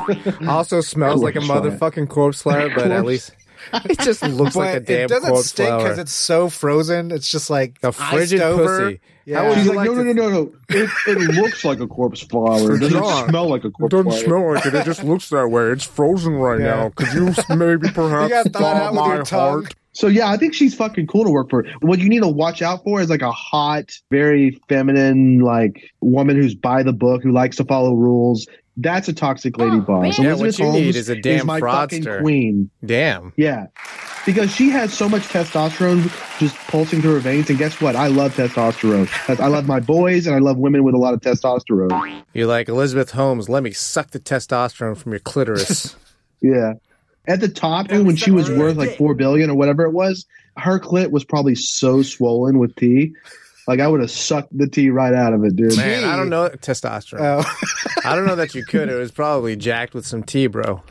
Speaker 2: also smells like a
Speaker 1: Corpse flower.
Speaker 2: motherfucking corpse flower, but at least it
Speaker 3: [LAUGHS]
Speaker 2: just looks
Speaker 3: But
Speaker 2: like a damn
Speaker 3: it doesn't
Speaker 2: corpse
Speaker 3: stink
Speaker 2: flower.
Speaker 3: because it's so frozen. It's just like
Speaker 2: a
Speaker 3: iced
Speaker 2: frigid
Speaker 3: over.
Speaker 2: pussy.
Speaker 3: Yeah.
Speaker 2: How would
Speaker 1: She's
Speaker 2: you
Speaker 1: like,
Speaker 2: like
Speaker 1: no, no, no,
Speaker 2: to-
Speaker 1: no, no. It,
Speaker 2: [LAUGHS]
Speaker 1: it looks like a corpse flower. It doesn't
Speaker 8: John,
Speaker 1: smell like a corpse
Speaker 8: Doesn't
Speaker 1: flower.
Speaker 8: smell like it. It just looks that way. It's frozen right
Speaker 3: Yeah.
Speaker 8: now. Could you s-
Speaker 3: [LAUGHS]
Speaker 8: maybe perhaps
Speaker 3: got thought
Speaker 8: thaw
Speaker 3: out with your
Speaker 8: my
Speaker 3: tongue.
Speaker 8: heart?
Speaker 1: So yeah, I think she's fucking cool to work for. What you need to watch out for is like a hot, very feminine, like woman who's by the book, who likes to follow rules. That's a toxic lady boss.
Speaker 2: Yeah,
Speaker 1: Elizabeth
Speaker 2: what you need
Speaker 1: Holmes
Speaker 2: is a damn
Speaker 1: my
Speaker 2: fraudster.
Speaker 1: fucking queen.
Speaker 2: Damn.
Speaker 1: Yeah, because she has so much testosterone just pulsing through her veins. And guess what? I love testosterone. That's- I love my boys, and I love women with a lot of testosterone.
Speaker 2: You're like Elizabeth Holmes, let me suck the testosterone from your clitoris.
Speaker 1: Yeah. At the top, dude, when she was worth like four billion or whatever it was, her clit was probably so swollen with tea. Like I would have sucked the tea right out of it, dude.
Speaker 2: Man, I don't know testosterone.
Speaker 3: Oh.
Speaker 2: I don't know that you could. It was probably jacked with some tea, bro.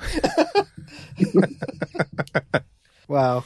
Speaker 3: wow.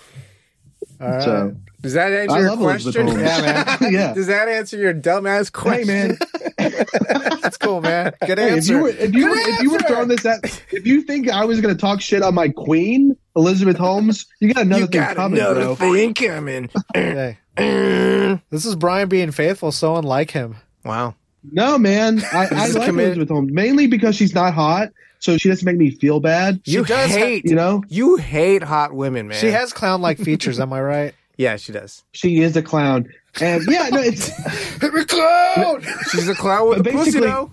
Speaker 3: All right.
Speaker 1: So
Speaker 2: Does that answer
Speaker 1: I
Speaker 2: your
Speaker 1: love
Speaker 2: question?
Speaker 1: Elizabeth Holmes. Yeah, man. [LAUGHS] yeah.
Speaker 2: Does that answer your dumbass
Speaker 1: Hey
Speaker 2: question?
Speaker 1: man,
Speaker 3: That's cool, man. Good
Speaker 1: hey, if
Speaker 3: answer.
Speaker 1: you were if you were, if you were throwing this at if you think I was gonna talk shit on my queen Elizabeth Holmes, you got another
Speaker 2: You
Speaker 1: thing
Speaker 2: got
Speaker 1: coming,
Speaker 2: another
Speaker 1: bro.
Speaker 2: thing coming.
Speaker 3: Hey. this is Brian being faithful, so unlike him.
Speaker 2: [CLEARS THROAT] wow.
Speaker 1: No, man.
Speaker 3: [LAUGHS]
Speaker 1: I, I
Speaker 2: is
Speaker 1: like
Speaker 2: committed.
Speaker 1: Elizabeth Holmes mainly because she's not hot, so she doesn't make me feel bad.
Speaker 2: You
Speaker 3: does ha-
Speaker 2: hate
Speaker 1: You know,
Speaker 2: You hate hot women, man.
Speaker 3: She has clown like features, am I
Speaker 2: [LAUGHS]
Speaker 3: right?
Speaker 2: Yeah, she does.
Speaker 1: she is a clown, and yeah, no, it's [LAUGHS]
Speaker 2: She's a clown with a
Speaker 1: But
Speaker 2: pussy,
Speaker 1: basically-
Speaker 2: though.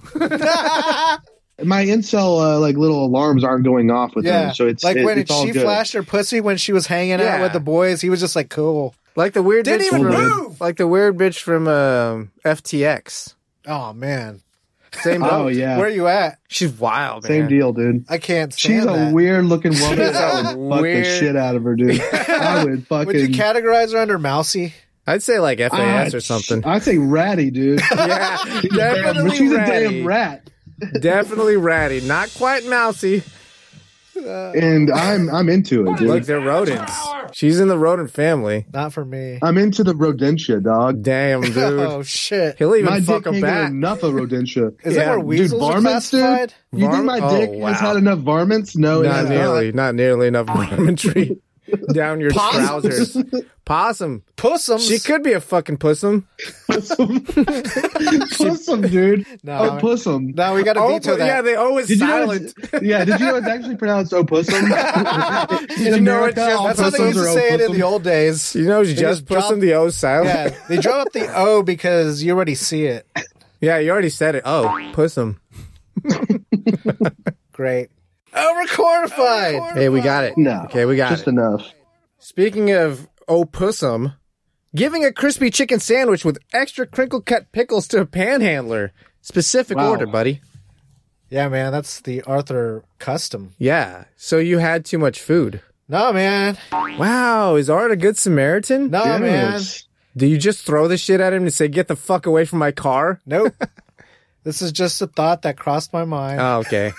Speaker 1: my incel uh, like little alarms aren't going off with
Speaker 3: Yeah,
Speaker 1: her, so it's
Speaker 3: like
Speaker 1: it-
Speaker 3: when
Speaker 1: it's all
Speaker 3: she
Speaker 1: good.
Speaker 3: flashed her pussy when she was hanging out
Speaker 2: Yeah.
Speaker 3: with the boys. He was just like cool.
Speaker 2: Like the weird
Speaker 3: Didn't
Speaker 2: bitch
Speaker 3: even
Speaker 2: from,
Speaker 3: move!
Speaker 2: Like the weird bitch from um, FTX.
Speaker 3: Oh man,
Speaker 2: Same
Speaker 1: Oh
Speaker 2: boat.
Speaker 1: yeah,
Speaker 3: where you at?
Speaker 2: She's wild, man.
Speaker 1: same deal, dude.
Speaker 3: I can't. Stand
Speaker 1: She's a
Speaker 3: that.
Speaker 1: weird looking
Speaker 3: [LAUGHS]
Speaker 1: woman. I would fuck
Speaker 2: Weird.
Speaker 1: the shit out of her, dude. I would fucking.
Speaker 3: Would
Speaker 1: [LAUGHS]
Speaker 3: you categorize her under mousy?
Speaker 2: I'd say like FAS
Speaker 1: Ah,
Speaker 2: or something.
Speaker 1: I'd say ratty,
Speaker 3: [LAUGHS]
Speaker 1: dude.
Speaker 2: [LAUGHS] yeah,
Speaker 1: She's a damn-
Speaker 2: definitely
Speaker 1: she's a
Speaker 2: ratty.
Speaker 1: damn rat.
Speaker 2: Definitely ratty. Not quite mousy.
Speaker 1: And I'm I'm into it, dude.
Speaker 2: Look, they're rodents. She's in the rodent family.
Speaker 3: Not for me.
Speaker 1: I'm into the rodentia, dog. [LAUGHS]
Speaker 2: Damn, dude.
Speaker 3: Oh shit!
Speaker 2: He'll even
Speaker 1: My dick
Speaker 2: fuck a
Speaker 1: can't get
Speaker 2: bat.
Speaker 1: enough of rodentia.
Speaker 3: [LAUGHS] Is
Speaker 2: yeah,
Speaker 3: that where
Speaker 2: dude,
Speaker 3: weasels are
Speaker 1: varmints, dude?
Speaker 3: classified?
Speaker 1: You think my
Speaker 2: Varm- oh,
Speaker 1: dick has
Speaker 2: wow.
Speaker 1: had enough varmints? No, it
Speaker 2: Not
Speaker 1: has
Speaker 2: nearly, not nearly enough [LAUGHS]
Speaker 1: [LAUGHS]
Speaker 2: rudimentary down your trousers. Possum.
Speaker 3: Possums.
Speaker 2: She could be a fucking possum.
Speaker 1: [LAUGHS] not.
Speaker 2: [LAUGHS]
Speaker 1: Pussum, dude.
Speaker 3: No,
Speaker 1: Oh, pussum.
Speaker 3: no, we got to
Speaker 2: Oh,
Speaker 3: veto that.
Speaker 2: yeah, they always
Speaker 1: Did you know
Speaker 2: silent.
Speaker 1: it's- yeah, did you know it's actually pronounced
Speaker 3: [LAUGHS]
Speaker 1: opossum? In
Speaker 2: you know it's
Speaker 1: America,
Speaker 2: just-
Speaker 1: all
Speaker 3: That's how they
Speaker 1: possums
Speaker 3: used to
Speaker 1: are
Speaker 3: say it in
Speaker 1: opossum.
Speaker 3: the
Speaker 1: [LAUGHS]
Speaker 3: old days.
Speaker 2: You know, you just
Speaker 3: just
Speaker 2: push
Speaker 3: drop-
Speaker 2: them the O silent.
Speaker 3: Yeah,
Speaker 2: [LAUGHS] Yeah.
Speaker 3: they drop up the O because you already see it.
Speaker 2: you already said it. Oh, puss them.
Speaker 3: Great. Overqualified.
Speaker 2: Hey, we got it.
Speaker 1: No.
Speaker 2: Okay, we got
Speaker 1: Just
Speaker 2: it.
Speaker 1: enough.
Speaker 2: Speaking of opossum, giving a crispy chicken sandwich with extra crinkle cut pickles to a panhandler. Specific
Speaker 1: Wow.
Speaker 2: order, buddy.
Speaker 3: Yeah, man, that's the Arthur custom.
Speaker 2: Yeah. So you had too much food.
Speaker 3: No, man.
Speaker 2: Wow. Is Art a good Samaritan?
Speaker 3: No, man.
Speaker 1: Yes.
Speaker 2: Do you just throw this shit at him and say, get the fuck away from my car?
Speaker 1: [LAUGHS]
Speaker 3: Nope. this is just a thought that crossed my mind.
Speaker 1: Uh.
Speaker 2: Oh, [LAUGHS] okay.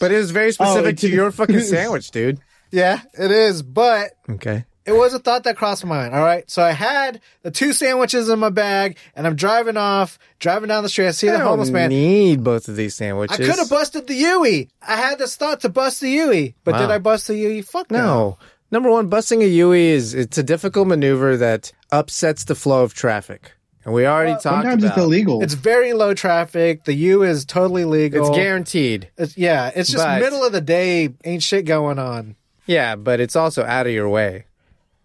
Speaker 2: but it was very specific to
Speaker 1: did.
Speaker 2: your fucking sandwich, Oh, dude. [LAUGHS]
Speaker 3: yeah, it is, but
Speaker 2: Okay.
Speaker 3: it was a thought that crossed my mind. All right. So I had the two sandwiches in my bag and I'm driving off, driving down the street. I see
Speaker 2: I
Speaker 3: the
Speaker 2: don't
Speaker 3: homeless man.
Speaker 2: need both of these sandwiches.
Speaker 3: I could have busted the Yui. I had this thought to bust the Yui, but
Speaker 2: Wow.
Speaker 3: did I bust the Yui? Fuck
Speaker 2: No. Number one, busting a Yui is it's a difficult maneuver that upsets the flow of traffic. And we already talked
Speaker 1: Sometimes
Speaker 2: about
Speaker 1: it's illegal.
Speaker 3: It's very low traffic. The U E is totally legal.
Speaker 2: It's guaranteed.
Speaker 3: It's- yeah, it's just
Speaker 2: But-
Speaker 3: middle of the day, ain't shit going on.
Speaker 2: Yeah, but it's also out of your way.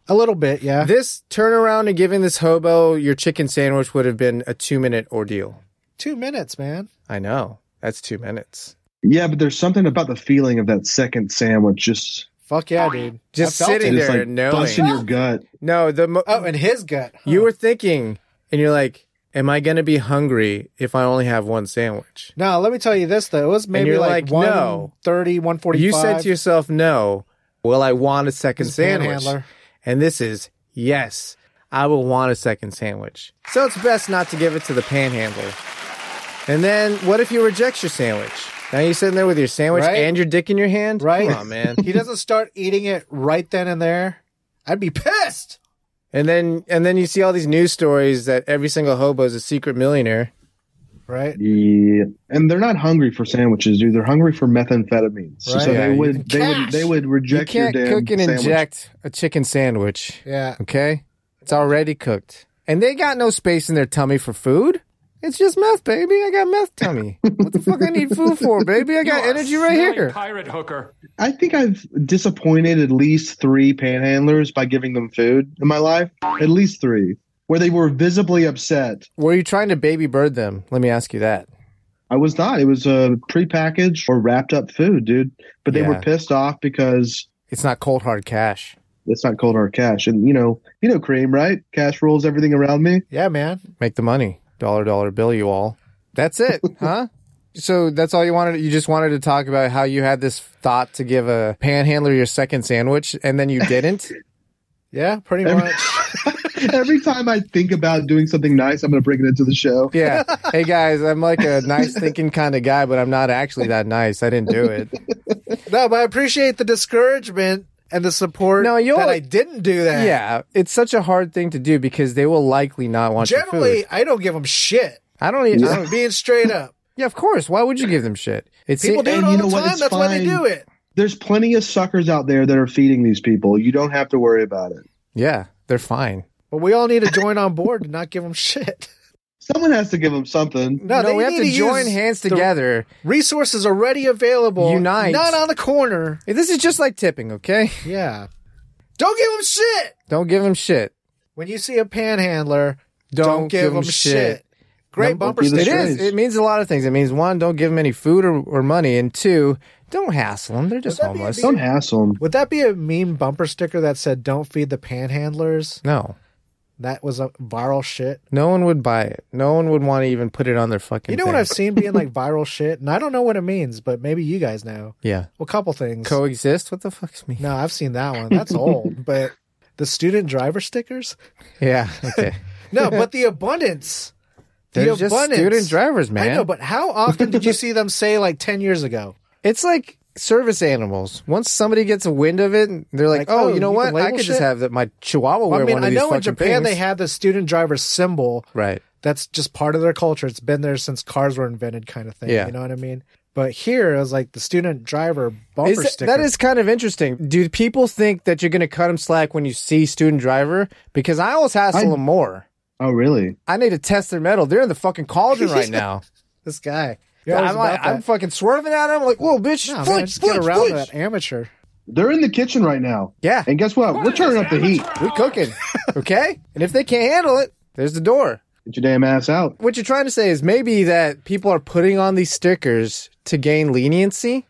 Speaker 3: A little bit, yeah.
Speaker 2: This turnaround and giving this hobo your chicken sandwich would have been a two minute ordeal.
Speaker 3: Two minutes, man.
Speaker 2: I know. That's two minutes.
Speaker 1: yeah, but there's something about the feeling of that second sandwich just,
Speaker 3: Fuck yeah, dude.
Speaker 2: Just
Speaker 3: I felt
Speaker 2: sitting
Speaker 3: it.
Speaker 1: and it's
Speaker 2: there
Speaker 1: like
Speaker 2: knowing.
Speaker 1: busting your gut.
Speaker 2: No, the mo-
Speaker 3: Oh, in his gut. Huh.
Speaker 2: you were thinking, and you're like, "Am I going to be hungry if I only have one sandwich?"
Speaker 3: No, let me tell you this though. It was maybe
Speaker 2: you're
Speaker 3: like,
Speaker 2: like,
Speaker 3: one
Speaker 2: no.
Speaker 3: thirty, one forty.
Speaker 2: You said to yourself, "No, will I want a second sandwich?"
Speaker 3: panhandler.
Speaker 2: And this is yes, I will want a second sandwich. So it's best not to give it to the panhandler. And then, what if he rejects your sandwich? Now you're sitting there with your sandwich
Speaker 3: Right.
Speaker 2: and your dick in your hand.
Speaker 3: Right.
Speaker 2: Come on, man. [LAUGHS]
Speaker 3: he doesn't start eating it right then and there. I'd be pissed.
Speaker 2: and then, and then you see all these news stories that every single hobo is a secret millionaire.
Speaker 3: Right?
Speaker 1: Yeah, and they're not hungry for sandwiches, dude. They're hungry for methamphetamines.
Speaker 3: Right.
Speaker 1: So
Speaker 2: Yeah,
Speaker 1: they
Speaker 2: you-
Speaker 1: would, they would,
Speaker 3: Cash.
Speaker 1: they would
Speaker 2: You
Speaker 1: reject
Speaker 2: can't
Speaker 1: your damn
Speaker 2: cook and
Speaker 1: sandwich.
Speaker 2: inject a chicken sandwich.
Speaker 3: Yeah.
Speaker 2: Okay? It's already cooked. And they got no space in their tummy for food. It's just meth, baby. I got meth [LAUGHS] tummy. what the fuck I need food for, baby? I got energy right
Speaker 7: Smelly
Speaker 2: here.
Speaker 7: Pirate hooker.
Speaker 1: I think I've disappointed at least three panhandlers by giving them food in my life. At least three, where they were visibly upset.
Speaker 2: Were you trying to baby bird them? Let me ask you that.
Speaker 1: I was not. It was a prepackaged or wrapped up food, dude. But they
Speaker 2: Yeah.
Speaker 1: were pissed off because
Speaker 2: It's not cold hard cash.
Speaker 1: it's not cold hard cash. And you know, you know, cream, right? Cash rules everything around
Speaker 2: [LAUGHS]
Speaker 1: me.
Speaker 3: Yeah, man.
Speaker 2: Make the money. Dollar dollar bill you all. That's
Speaker 3: [LAUGHS]
Speaker 2: it, huh? So that's all you wanted you just wanted to talk about how you had this thought to give a panhandler your second sandwich and then you didn't?
Speaker 3: [LAUGHS] Yeah, pretty much.
Speaker 1: Every time I think about doing something nice, I'm going to bring it into the show.
Speaker 2: Yeah.
Speaker 3: [LAUGHS]
Speaker 2: Hey guys, I'm like a nice thinking kind of guy, but I'm not actually that nice. I didn't do
Speaker 3: [LAUGHS]
Speaker 2: it.
Speaker 3: no, but I appreciate the discouragement and the support
Speaker 2: No, you'll-
Speaker 3: that I didn't do that.
Speaker 2: Yeah, it's such a hard thing to do because they will likely not want your
Speaker 3: Generally,
Speaker 2: food.
Speaker 3: I don't give them shit.
Speaker 2: I don't even.
Speaker 3: I'm being straight up.
Speaker 2: Yeah, of course. Why would you give them shit? It's
Speaker 3: People do it
Speaker 1: and
Speaker 3: all
Speaker 1: you
Speaker 3: the
Speaker 1: know what?
Speaker 3: time.
Speaker 1: It's
Speaker 3: That's why they
Speaker 1: fine.
Speaker 3: do it.
Speaker 1: There's plenty of suckers out there that are feeding these people. You don't have to worry about it.
Speaker 2: Yeah, they're fine.
Speaker 3: But we all need to join on board and not give them shit. [LAUGHS]
Speaker 1: Someone has to give them something.
Speaker 3: No,
Speaker 2: No,
Speaker 3: they
Speaker 2: we have to,
Speaker 3: need to
Speaker 2: join
Speaker 3: use
Speaker 2: hands
Speaker 3: the-
Speaker 2: together.
Speaker 3: Resources already available.
Speaker 2: Unite.
Speaker 3: Not on the corner.
Speaker 2: This is just like tipping, okay? [LAUGHS]
Speaker 3: Yeah. Don't give them shit.
Speaker 2: Don't give them shit.
Speaker 3: When you see a panhandler,
Speaker 2: Don't,
Speaker 3: don't, give them
Speaker 2: shit.
Speaker 3: shit. Great bumper
Speaker 1: be the
Speaker 3: sticker.
Speaker 2: It is.
Speaker 1: strange.
Speaker 2: It means a lot of things. It means one, don't give them any food or, or money, and two, don't hassle them. They're just
Speaker 3: Would that be a
Speaker 2: homeless.
Speaker 1: Don't hassle 'em.
Speaker 3: Would that be a meme bumper sticker that said "Don't feed the panhandlers"?
Speaker 2: no,
Speaker 3: That was a viral shit.
Speaker 2: no one would buy it. No one would want to even put it on their fucking.
Speaker 3: You know what
Speaker 2: thing.
Speaker 3: I've seen being like viral shit, and I don't know what it means, but maybe you guys know.
Speaker 2: Yeah,
Speaker 3: Well, a couple things.
Speaker 2: coexist. What the fuck's me?
Speaker 3: no, I've seen that one. That's old, but the student driver stickers.
Speaker 2: [LAUGHS] Yeah,
Speaker 3: [LAUGHS]
Speaker 2: okay.
Speaker 3: No, but the abundance.
Speaker 2: They're
Speaker 3: the
Speaker 2: just
Speaker 3: abundance.
Speaker 2: student drivers, man.
Speaker 3: I know, but how
Speaker 2: [LAUGHS]
Speaker 3: often did you see them say like ten years ago?
Speaker 2: It's like service animals. Once somebody gets a wind of it, they're like,
Speaker 3: Like,
Speaker 2: "Oh,
Speaker 3: oh,
Speaker 2: you know
Speaker 3: you can
Speaker 2: what? I
Speaker 3: label
Speaker 2: could just
Speaker 3: shit?"
Speaker 2: have that my Chihuahua wear
Speaker 3: I mean,
Speaker 2: one
Speaker 3: I
Speaker 2: of these
Speaker 3: know
Speaker 2: fucking
Speaker 3: in Japan
Speaker 2: things."
Speaker 3: they have the student driver symbol.
Speaker 2: right.
Speaker 3: That's just part of their culture. It's been there since cars were invented, kind of thing.
Speaker 2: Yeah.
Speaker 3: You know what I mean? But here it was like the student driver bumper
Speaker 2: Is that-
Speaker 3: sticker.
Speaker 2: that is kind of interesting. Do people think that you're going to cut them slack when you see student driver? Because I always hassle
Speaker 1: I-
Speaker 2: them more.
Speaker 1: Oh, really?
Speaker 2: I need to test their metal. They're in the fucking
Speaker 3: [LAUGHS]
Speaker 2: cauldron right now.
Speaker 3: this guy. You're always
Speaker 2: I'm, like,
Speaker 3: about
Speaker 2: I'm
Speaker 3: that.
Speaker 2: fucking swerving at them. Like, whoa, bitch!
Speaker 3: Nah, man,
Speaker 2: flinch,
Speaker 3: just
Speaker 2: flinch,
Speaker 3: get around to
Speaker 2: flinch.
Speaker 3: that amateur.
Speaker 1: They're in the kitchen right now.
Speaker 2: Yeah.
Speaker 1: And guess what? We're turning up the heat.
Speaker 2: We're cooking, [LAUGHS] okay? And if they can't handle it, there's the door.
Speaker 1: Get your damn ass out.
Speaker 2: what you're trying to say is maybe that people are putting on these stickers to gain leniency.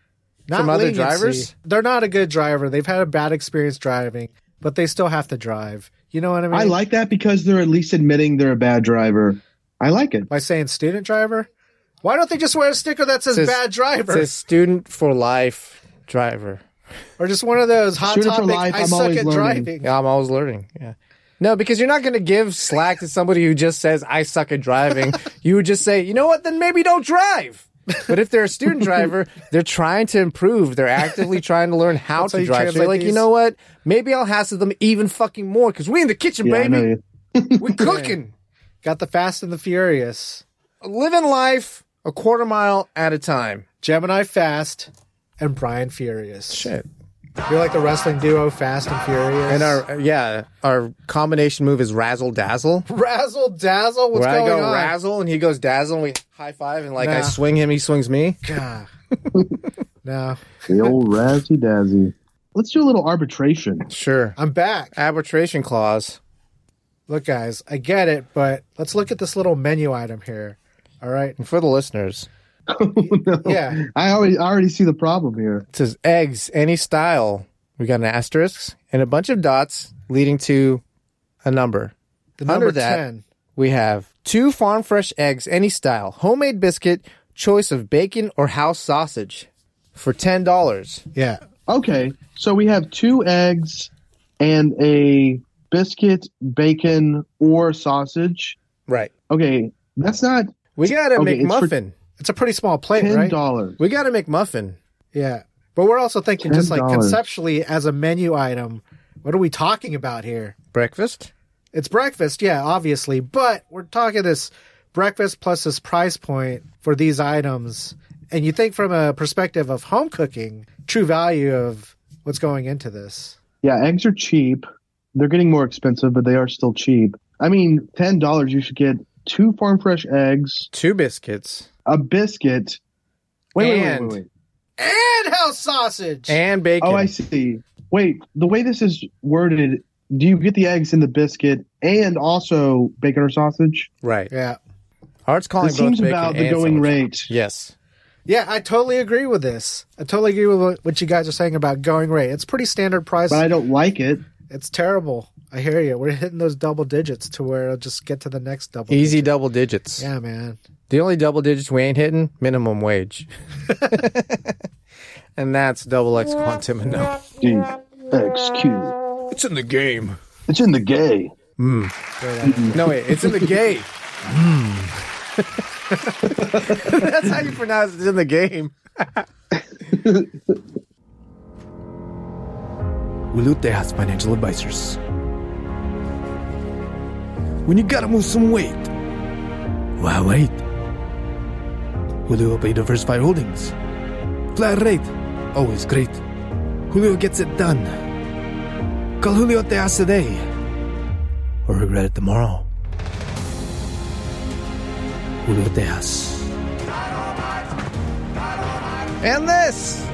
Speaker 3: Not
Speaker 2: From other
Speaker 3: leniency.
Speaker 2: drivers?
Speaker 3: They're not a good driver. They've had a bad experience driving, but they still have to drive. You know what I mean?
Speaker 1: I like that because they're at least admitting they're a bad driver. I like it.
Speaker 3: by saying student driver. Why don't they just wear a sticker that says,
Speaker 2: Says-
Speaker 3: bad driver?
Speaker 2: It's a student for life driver.
Speaker 3: or just one of those hot
Speaker 1: Student for
Speaker 3: topic
Speaker 1: life,
Speaker 3: I
Speaker 1: I'm
Speaker 3: suck
Speaker 1: always
Speaker 3: at
Speaker 1: learning.
Speaker 3: driving.
Speaker 2: Yeah, I'm always learning. Yeah. No, because you're not going to give slack to somebody who just says, I suck at
Speaker 3: [LAUGHS]
Speaker 2: driving. you would just say, you know what, then maybe don't drive. But if they're a student
Speaker 3: [LAUGHS]
Speaker 2: driver, they're trying to improve. They're actively trying to learn how
Speaker 3: That's how
Speaker 2: to
Speaker 3: you
Speaker 2: drive. So
Speaker 3: translate
Speaker 2: you're like, you
Speaker 3: these?
Speaker 2: know what? Maybe I'll hassle them even fucking more because we in the kitchen,
Speaker 1: Yeah, I know
Speaker 2: baby.
Speaker 1: you.
Speaker 2: We're cooking.
Speaker 3: Got the Fast and the Furious,
Speaker 2: Living life a quarter mile at a time.
Speaker 3: Gemini Fast, and Brian Furious.
Speaker 2: Shit.
Speaker 3: You're like the wrestling duo Fast and Furious.
Speaker 2: And our uh, yeah, our combination move is razzle dazzle.
Speaker 3: [LAUGHS] razzle dazzle. What's
Speaker 2: Where I
Speaker 3: going
Speaker 2: go
Speaker 3: on?
Speaker 2: razzle and he goes dazzle and we high five and like I
Speaker 3: Nah.
Speaker 2: swing him, he swings me.
Speaker 3: Gah. no,
Speaker 1: The old razzy dazzy. Let's do a little arbitration.
Speaker 2: Sure.
Speaker 3: I'm back.
Speaker 2: Arbitration clause.
Speaker 3: Look, guys, I get it, but let's look at this little menu item here. All right.
Speaker 2: And for the listeners,
Speaker 3: Yeah.
Speaker 1: I already I already see the problem here.
Speaker 2: it says eggs, any style. We got an asterisk and a bunch of dots leading to a number.
Speaker 3: The number
Speaker 2: Under that-
Speaker 3: 10.
Speaker 2: We have two farm fresh eggs, any style, homemade biscuit, choice of bacon or house sausage for ten dollars.
Speaker 3: Yeah.
Speaker 1: Okay, so we have two eggs and a biscuit, bacon, or sausage.
Speaker 2: Right.
Speaker 1: Okay, that's not
Speaker 2: We got a
Speaker 1: Okay, it's for-
Speaker 2: McMuffin.
Speaker 3: It's a pretty small plate,
Speaker 1: ten
Speaker 3: right?
Speaker 1: dollars.
Speaker 2: We got a McMuffin.
Speaker 3: Yeah. But we're also thinking just like
Speaker 1: $10.
Speaker 3: conceptually as a menu item, what are we talking about here?
Speaker 2: Breakfast.
Speaker 3: It's breakfast, yeah, obviously, but we're talking this breakfast plus this price point for these items. And you think from a perspective of home cooking, true value of what's going into this.
Speaker 1: Yeah, eggs are cheap. They're getting more expensive, but they are still cheap. I mean, ten dollars you should get two farm fresh eggs,
Speaker 2: Two biscuits.
Speaker 1: a biscuit. Wait, wait, wait,
Speaker 2: And-
Speaker 1: wait, wait.
Speaker 3: And house sausage.
Speaker 2: and bacon.
Speaker 1: Oh, I see. Wait, the way this is worded, do you get the eggs and the biscuit and also bacon or sausage?
Speaker 2: Right.
Speaker 3: yeah.
Speaker 2: Art's calling
Speaker 1: It
Speaker 2: both
Speaker 1: seems
Speaker 2: bacon
Speaker 1: about the
Speaker 2: and
Speaker 1: going
Speaker 2: sausage.
Speaker 1: rate.
Speaker 2: Yes.
Speaker 3: Yeah, I totally agree with this. I totally agree with what- what you guys are saying about going rate. It's pretty standard price.
Speaker 1: but I don't like it.
Speaker 3: It's terrible. I hear you. We're hitting those double digits to where it'll just get to the next double.
Speaker 2: Easy
Speaker 3: digit.
Speaker 2: double digits.
Speaker 3: Yeah, man.
Speaker 2: The only double digits we ain't hitting minimum [LAUGHS] wage. and that's double X quantum and no.
Speaker 1: DXQ.
Speaker 2: It's in the game.
Speaker 1: It's in the gay.
Speaker 2: No wait, it's in the [LAUGHS] game. that's how you pronounce it's in the game.
Speaker 9: Wilute has financial advisors. When you gotta move some weight, why wait? Julio by Diversified Holdings. Flat rate, always great. Julio gets it done. Call Julio Tejas today, or regret it tomorrow. Julio Tejas.
Speaker 2: And this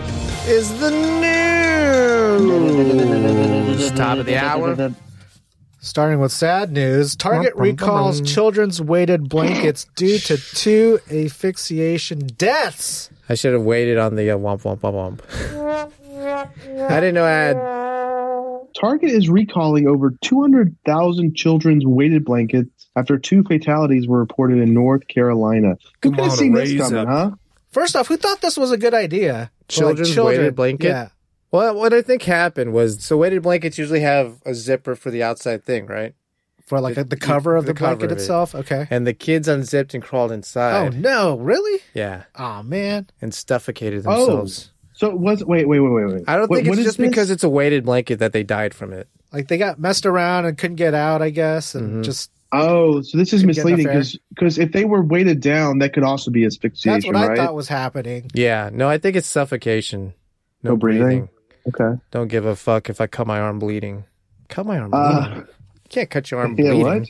Speaker 2: is the news. Top of the hour.
Speaker 3: Starting with sad news Target recalls children's weighted
Speaker 2: [COUGHS]
Speaker 3: blankets due to two asphyxiation deaths.
Speaker 2: I should have waited on the uh, womp womp womp womp. I didn't know I had.
Speaker 1: Target is recalling over 200,000 children's weighted blankets after two fatalities were reported in North Carolina.
Speaker 9: Come
Speaker 1: Who could have
Speaker 9: on,
Speaker 1: seen this
Speaker 9: raise
Speaker 1: coming,
Speaker 9: up.
Speaker 1: huh?
Speaker 3: First off, who thought this was a good idea? For,
Speaker 2: Children's weighted blanket?
Speaker 3: Yeah.
Speaker 2: Well, what I think happened was so weighted blankets usually have a zipper for the outside thing, right?
Speaker 3: For like the, cover of the,
Speaker 2: the cover
Speaker 3: blanket
Speaker 2: of it.
Speaker 3: itself. Okay.
Speaker 2: And the kids unzipped and crawled
Speaker 3: Oh,
Speaker 2: inside.
Speaker 3: no. Really?
Speaker 2: Yeah,
Speaker 3: Oh, man.
Speaker 2: and suffocated
Speaker 1: Oh.
Speaker 2: themselves.
Speaker 1: So it was wait wait wait wait wait.
Speaker 2: I don't
Speaker 1: Wait,
Speaker 2: think
Speaker 1: what
Speaker 2: it's
Speaker 1: is
Speaker 2: just
Speaker 1: this?
Speaker 2: because it's a weighted blanket that they died from it.
Speaker 3: Like they got messed around and couldn't get out, I guess, and
Speaker 2: Mm-hmm.
Speaker 3: just
Speaker 1: oh, so this is
Speaker 3: Couldn't get
Speaker 1: misleading
Speaker 3: enough air.
Speaker 1: because if they were weighted down, that could also be asphyxiation,
Speaker 3: that's what I
Speaker 1: right?
Speaker 3: thought was happening.
Speaker 2: Yeah, no, I think it's suffocation. No,
Speaker 1: No breathing?
Speaker 2: breathing.
Speaker 1: okay.
Speaker 2: Don't give a fuck if I cut my arm bleeding. Cut my arm
Speaker 1: Uh,
Speaker 2: bleeding. You can't cut your arm
Speaker 1: Yeah.
Speaker 2: bleeding.
Speaker 1: What?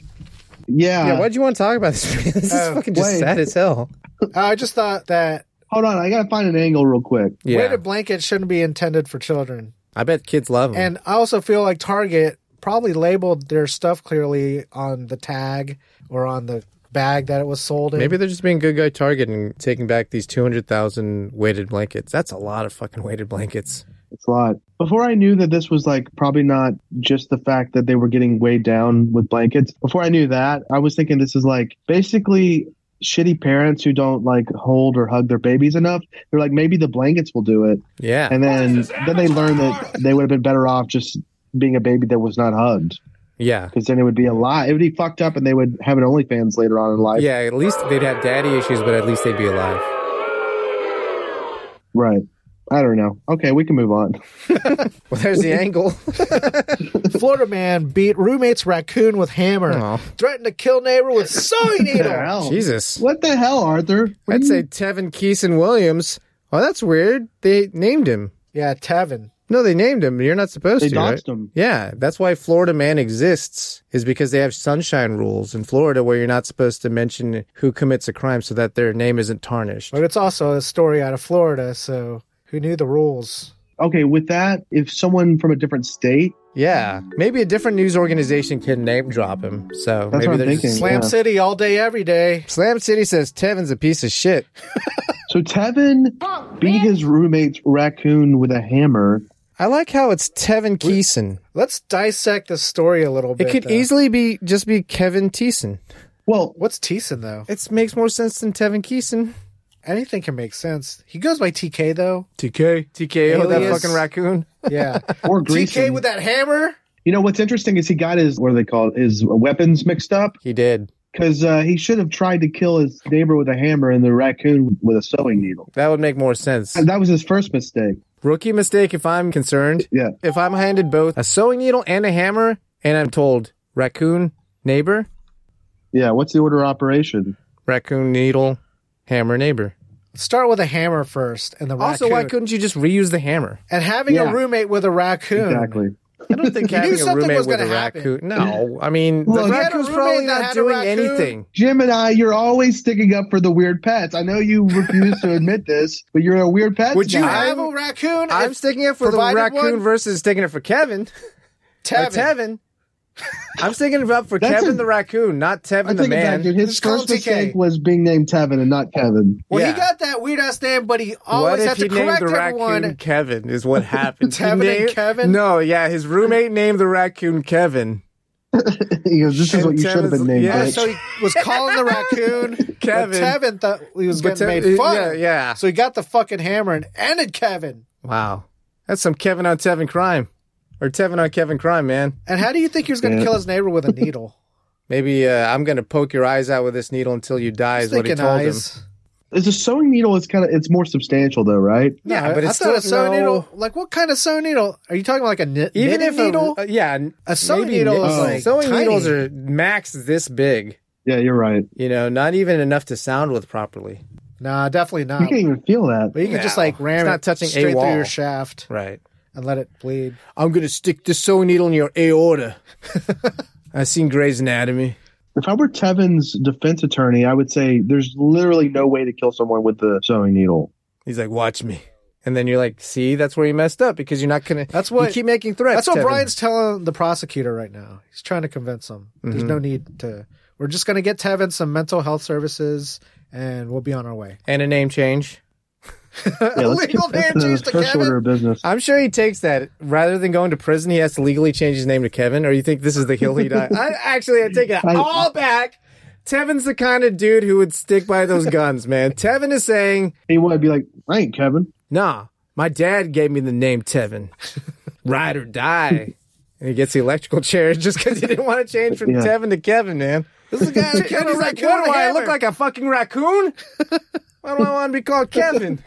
Speaker 1: Yeah.
Speaker 2: Yeah, why'd you want to talk about this? [LAUGHS] this is
Speaker 3: Oh,
Speaker 2: fucking just
Speaker 1: wait.
Speaker 2: sad as hell.
Speaker 3: Uh, I just thought that
Speaker 1: Hold on. I gotta find an angle real quick.
Speaker 2: Yeah,
Speaker 3: weighted blankets shouldn't be intended for children.
Speaker 2: I bet kids love them.
Speaker 3: And I also feel like Target probably labeled their stuff clearly on the tag or on the bag that it was sold in.
Speaker 2: Maybe they're just being good guy target and taking back these 200,000 weighted blankets. That's a lot of fucking weighted blankets.
Speaker 1: It's a lot. Before I knew that this was like probably not just the fact that they were getting weighed down with blankets. Before I knew that, I was thinking this is like basically shitty parents who don't like hold or hug their babies enough. They're like maybe the blankets will do it.
Speaker 2: Yeah.
Speaker 1: and then then they learned that they would have been better off just being a baby that was not hugged
Speaker 2: yeah.
Speaker 1: because then it would be a lot it would be fucked up and they would have an onlyfans later on in life
Speaker 2: Yeah, at least they'd have daddy issues, but at least they'd be alive. [LAUGHS]
Speaker 1: right i don't know okay we can move on
Speaker 2: Well, there's
Speaker 1: [LAUGHS]
Speaker 2: the angle.
Speaker 3: Florida man beat roommate's raccoon with hammer,
Speaker 2: Aw.
Speaker 3: threatened to kill neighbor
Speaker 2: [LAUGHS]
Speaker 3: with sewing needle.
Speaker 1: Oh.
Speaker 2: Jesus.
Speaker 1: what the hell arthur What
Speaker 2: I'd
Speaker 1: do
Speaker 2: say
Speaker 1: you-
Speaker 2: Tevin Keeson Williams. Oh, that's weird. They named him.
Speaker 3: yeah, Tevin.
Speaker 2: No, they named him. You're not supposed
Speaker 1: They
Speaker 2: to.
Speaker 1: doxed
Speaker 2: right?
Speaker 1: him.
Speaker 2: Yeah, that's why Florida Man exists is because they have sunshine rules in Florida where you're not supposed to mention who commits a crime so that their name isn't tarnished.
Speaker 3: But it's also a story out of Florida, so who knew the rules?
Speaker 1: okay with that if someone from a different state
Speaker 2: Yeah, maybe a different news organization can name drop him. So
Speaker 1: That's
Speaker 2: maybe
Speaker 1: what I'm
Speaker 2: they're just-
Speaker 1: thinking.
Speaker 3: Slam
Speaker 1: Yeah.
Speaker 3: City all day, every day.
Speaker 2: Slam City says Tevin's a piece of shit.
Speaker 1: so tevin beat his roommate's raccoon with a hammer
Speaker 2: I like how it's Tevin Keeson.
Speaker 3: Let's dissect this story a little bit.
Speaker 2: It could
Speaker 3: though.
Speaker 2: easily be just be Kevin Teeson.
Speaker 1: well
Speaker 3: What's Teason though?
Speaker 2: It makes more sense than Tevin Keeson.
Speaker 3: Anything can make sense. He goes by TK though.
Speaker 2: TK. TKO, that
Speaker 3: Alias.
Speaker 2: fucking raccoon. [LAUGHS]
Speaker 3: Yeah.
Speaker 1: or
Speaker 3: TK
Speaker 1: Greason.
Speaker 3: with that hammer.
Speaker 1: you know what's interesting is he got his what are they called his weapons mixed up
Speaker 2: He did.
Speaker 1: because uh, he should have tried to kill his neighbor with a hammer and the raccoon with a sewing needle
Speaker 2: That would make more sense.
Speaker 1: And that was his first mistake.
Speaker 2: Rookie mistake if I'm concerned.
Speaker 1: Yeah.
Speaker 2: If I'm handed both a sewing needle and a hammer and I'm told raccoon, neighbor,
Speaker 1: Yeah. What's the order of operation?
Speaker 2: raccoon, needle, hammer, neighbor.
Speaker 3: Start with a hammer first, and the
Speaker 2: Also,
Speaker 3: raccoon.
Speaker 2: why couldn't you just reuse the hammer?
Speaker 3: and having
Speaker 1: Yeah.
Speaker 3: a roommate with a raccoon.
Speaker 1: Exactly.
Speaker 2: I don't think
Speaker 3: You knew
Speaker 2: having a
Speaker 3: something
Speaker 2: roommate
Speaker 3: was
Speaker 2: with a
Speaker 3: gonna happen.
Speaker 2: raccoon. No, I mean
Speaker 1: Look,
Speaker 2: the
Speaker 1: you had a
Speaker 2: raccoon's
Speaker 3: roommate
Speaker 2: probably
Speaker 3: that
Speaker 2: not
Speaker 3: had a
Speaker 2: doing
Speaker 3: raccoon.
Speaker 2: anything.
Speaker 1: Jim and I, you're always sticking up for the weird pets. I know you refuse to admit this, but you're a weird pet.
Speaker 2: Would you
Speaker 3: You
Speaker 1: guy.
Speaker 3: have
Speaker 2: I'm-
Speaker 3: a raccoon.
Speaker 2: I'm
Speaker 3: if
Speaker 2: sticking up for the
Speaker 3: provided
Speaker 2: raccoon
Speaker 3: one-
Speaker 2: versus sticking it for Kevin. Or
Speaker 3: Tevin.
Speaker 2: Tevin. I'm sticking it up for
Speaker 1: That's
Speaker 2: Kevin
Speaker 1: a-
Speaker 2: the raccoon, not
Speaker 1: I
Speaker 2: Tevin the
Speaker 1: think
Speaker 2: man.
Speaker 1: exactly. His
Speaker 3: Just call
Speaker 1: first
Speaker 3: him TK.
Speaker 1: mistake was being named Tevin and not Kevin. [LAUGHS]
Speaker 3: Well, he
Speaker 2: Yeah.
Speaker 3: got that weird ass name, but he
Speaker 2: What
Speaker 3: always
Speaker 2: if
Speaker 3: had
Speaker 2: he
Speaker 3: to
Speaker 2: named
Speaker 3: correct
Speaker 2: the raccoon
Speaker 3: everyone.
Speaker 2: Kevin? Is
Speaker 3: [LAUGHS]
Speaker 2: what happened. He
Speaker 3: Tevin and Kevin?
Speaker 2: No, yeah, his roommate named the raccoon Kevin.
Speaker 1: He goes, "This is
Speaker 2: And
Speaker 1: what you should have
Speaker 2: Tevin's-
Speaker 1: been named."
Speaker 2: yeah,
Speaker 1: bitch."
Speaker 3: So he was calling
Speaker 2: [LAUGHS]
Speaker 3: the raccoon.
Speaker 2: Kevin.
Speaker 3: But Tevin thought he was
Speaker 2: But
Speaker 3: getting
Speaker 2: Tev-
Speaker 3: made fun.
Speaker 2: yeah, yeah.
Speaker 3: So he got the fucking hammer and ended Kevin.
Speaker 2: Wow, that's some Kevin on Tevin crime, or Tevin on Kevin crime, man.
Speaker 3: And how do you think he was going to
Speaker 1: Yeah.
Speaker 3: kill his neighbor with a needle?
Speaker 2: Maybe uh, I'm gonna poke your eyes out with this needle until you die. [LAUGHS] Is what he
Speaker 3: Thinking
Speaker 2: told him.
Speaker 3: eyes.
Speaker 1: It's a sewing needle. Is kind of it's more substantial though, right?
Speaker 2: Yeah,
Speaker 3: No,
Speaker 2: but
Speaker 3: I
Speaker 2: it's
Speaker 3: thought a
Speaker 2: still-
Speaker 3: sewing
Speaker 2: no.
Speaker 3: needle. Like what kind of sewing needle? Are you talking about like a knit, knitting
Speaker 2: a-
Speaker 3: needle?
Speaker 2: uh, yeah, n-
Speaker 3: A sewing
Speaker 2: maybe
Speaker 3: needle
Speaker 2: knit-
Speaker 1: is, like,
Speaker 2: sewing
Speaker 3: tiny.
Speaker 2: needles are max this big.
Speaker 1: Yeah, you're right.
Speaker 2: You know, not even enough to sound with properly.
Speaker 3: nah, definitely
Speaker 1: You
Speaker 2: [LAUGHS]
Speaker 3: not.
Speaker 1: can't even feel that.
Speaker 3: But you can just
Speaker 2: No.
Speaker 3: like ram
Speaker 2: It's
Speaker 3: it
Speaker 2: not touching a
Speaker 3: straight
Speaker 2: wall.
Speaker 3: through your shaft
Speaker 2: Right.
Speaker 3: and let it bleed.
Speaker 2: I'm gonna stick the sewing needle in your
Speaker 3: [LAUGHS]
Speaker 2: aorta. I've seen Grey's Anatomy.
Speaker 1: If I were Tevin's defense attorney, I would say there's literally no way to kill someone with the sewing needle.
Speaker 2: He's like, watch me. And then you're like, see, that's where you messed up because you're not gonna.
Speaker 3: That's what-
Speaker 2: you keep making threats.
Speaker 3: That's what
Speaker 2: Tevin.
Speaker 3: Brian's telling the prosecutor right now. He's trying to convince him.
Speaker 2: Mm-hmm.
Speaker 3: There's no need to. We're just going to get Tevin some mental health services and we'll be on our way.
Speaker 2: and a name change.
Speaker 1: Yeah, let's
Speaker 3: Illegal
Speaker 1: get- that's
Speaker 3: name change
Speaker 1: the
Speaker 3: to
Speaker 1: First
Speaker 3: Kevin?
Speaker 1: order of business.
Speaker 2: I'm sure he takes that rather than going to prison. He has to legally change his name to Kevin. Or you think this is the hill he [LAUGHS] died? I actually I take it
Speaker 1: I-
Speaker 2: all back. Tevin's the kind of dude who would stick by those guns, man. Tevin is saying,
Speaker 1: He would be like, I ain't Kevin.
Speaker 2: "Nah, my dad gave me the name Tevin, ride or die." And he gets the electrical chair [LAUGHS] just because he didn't want to change from
Speaker 1: Yeah.
Speaker 2: Tevin to Kevin, man. This is a guy.
Speaker 3: Kevin
Speaker 2: Kevin's like,
Speaker 3: Raccoon
Speaker 2: "What do I
Speaker 3: Hammer."
Speaker 2: look like a fucking raccoon? Why do I want to be called Kevin?"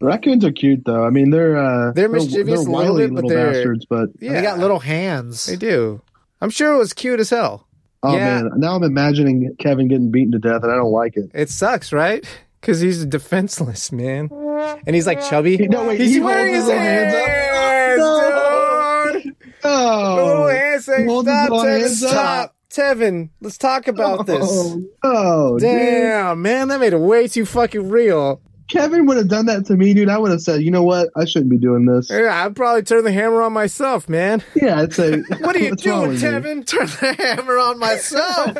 Speaker 1: Raccoons are cute though. I mean, they're uh,
Speaker 2: They're mischievous
Speaker 1: they're
Speaker 2: a little
Speaker 1: wily
Speaker 2: bit, but
Speaker 1: little
Speaker 2: they're-
Speaker 1: bastards. But uh,
Speaker 3: And They got little hands.
Speaker 2: They do. I'm sure it was cute as hell.
Speaker 1: oh
Speaker 2: Yeah.
Speaker 1: man, now I'm imagining Kevin getting beaten to death, and I don't like it.
Speaker 2: It sucks, right? [LAUGHS] Because he's defenseless, man. And he's like
Speaker 1: [LAUGHS]
Speaker 2: chubby.
Speaker 1: No, wait,
Speaker 2: he's
Speaker 1: he
Speaker 2: wearing his
Speaker 1: holds his little hands up?
Speaker 2: hands,
Speaker 1: No.
Speaker 2: dude. The little
Speaker 1: Oh,
Speaker 2: hands saying,
Speaker 1: He holds his
Speaker 2: stop,
Speaker 1: little
Speaker 2: Tevin,
Speaker 1: hands up."
Speaker 2: stop. Tevin, let's talk about this.
Speaker 1: Oh, no, dude.
Speaker 2: Damn, man, that made it way too fucking real.
Speaker 1: Kevin would have done that to me, dude. I would have said, you know what? I shouldn't be doing this.
Speaker 2: Yeah, I'd probably turn the hammer on myself, man.
Speaker 1: Yeah, I'd say,
Speaker 2: [LAUGHS] What are
Speaker 1: [LAUGHS]
Speaker 2: you
Speaker 1: "What's wrong
Speaker 2: doing,
Speaker 1: with you?"
Speaker 3: [LAUGHS]
Speaker 2: Tevin? Turn the hammer
Speaker 1: [LAUGHS]
Speaker 2: on myself.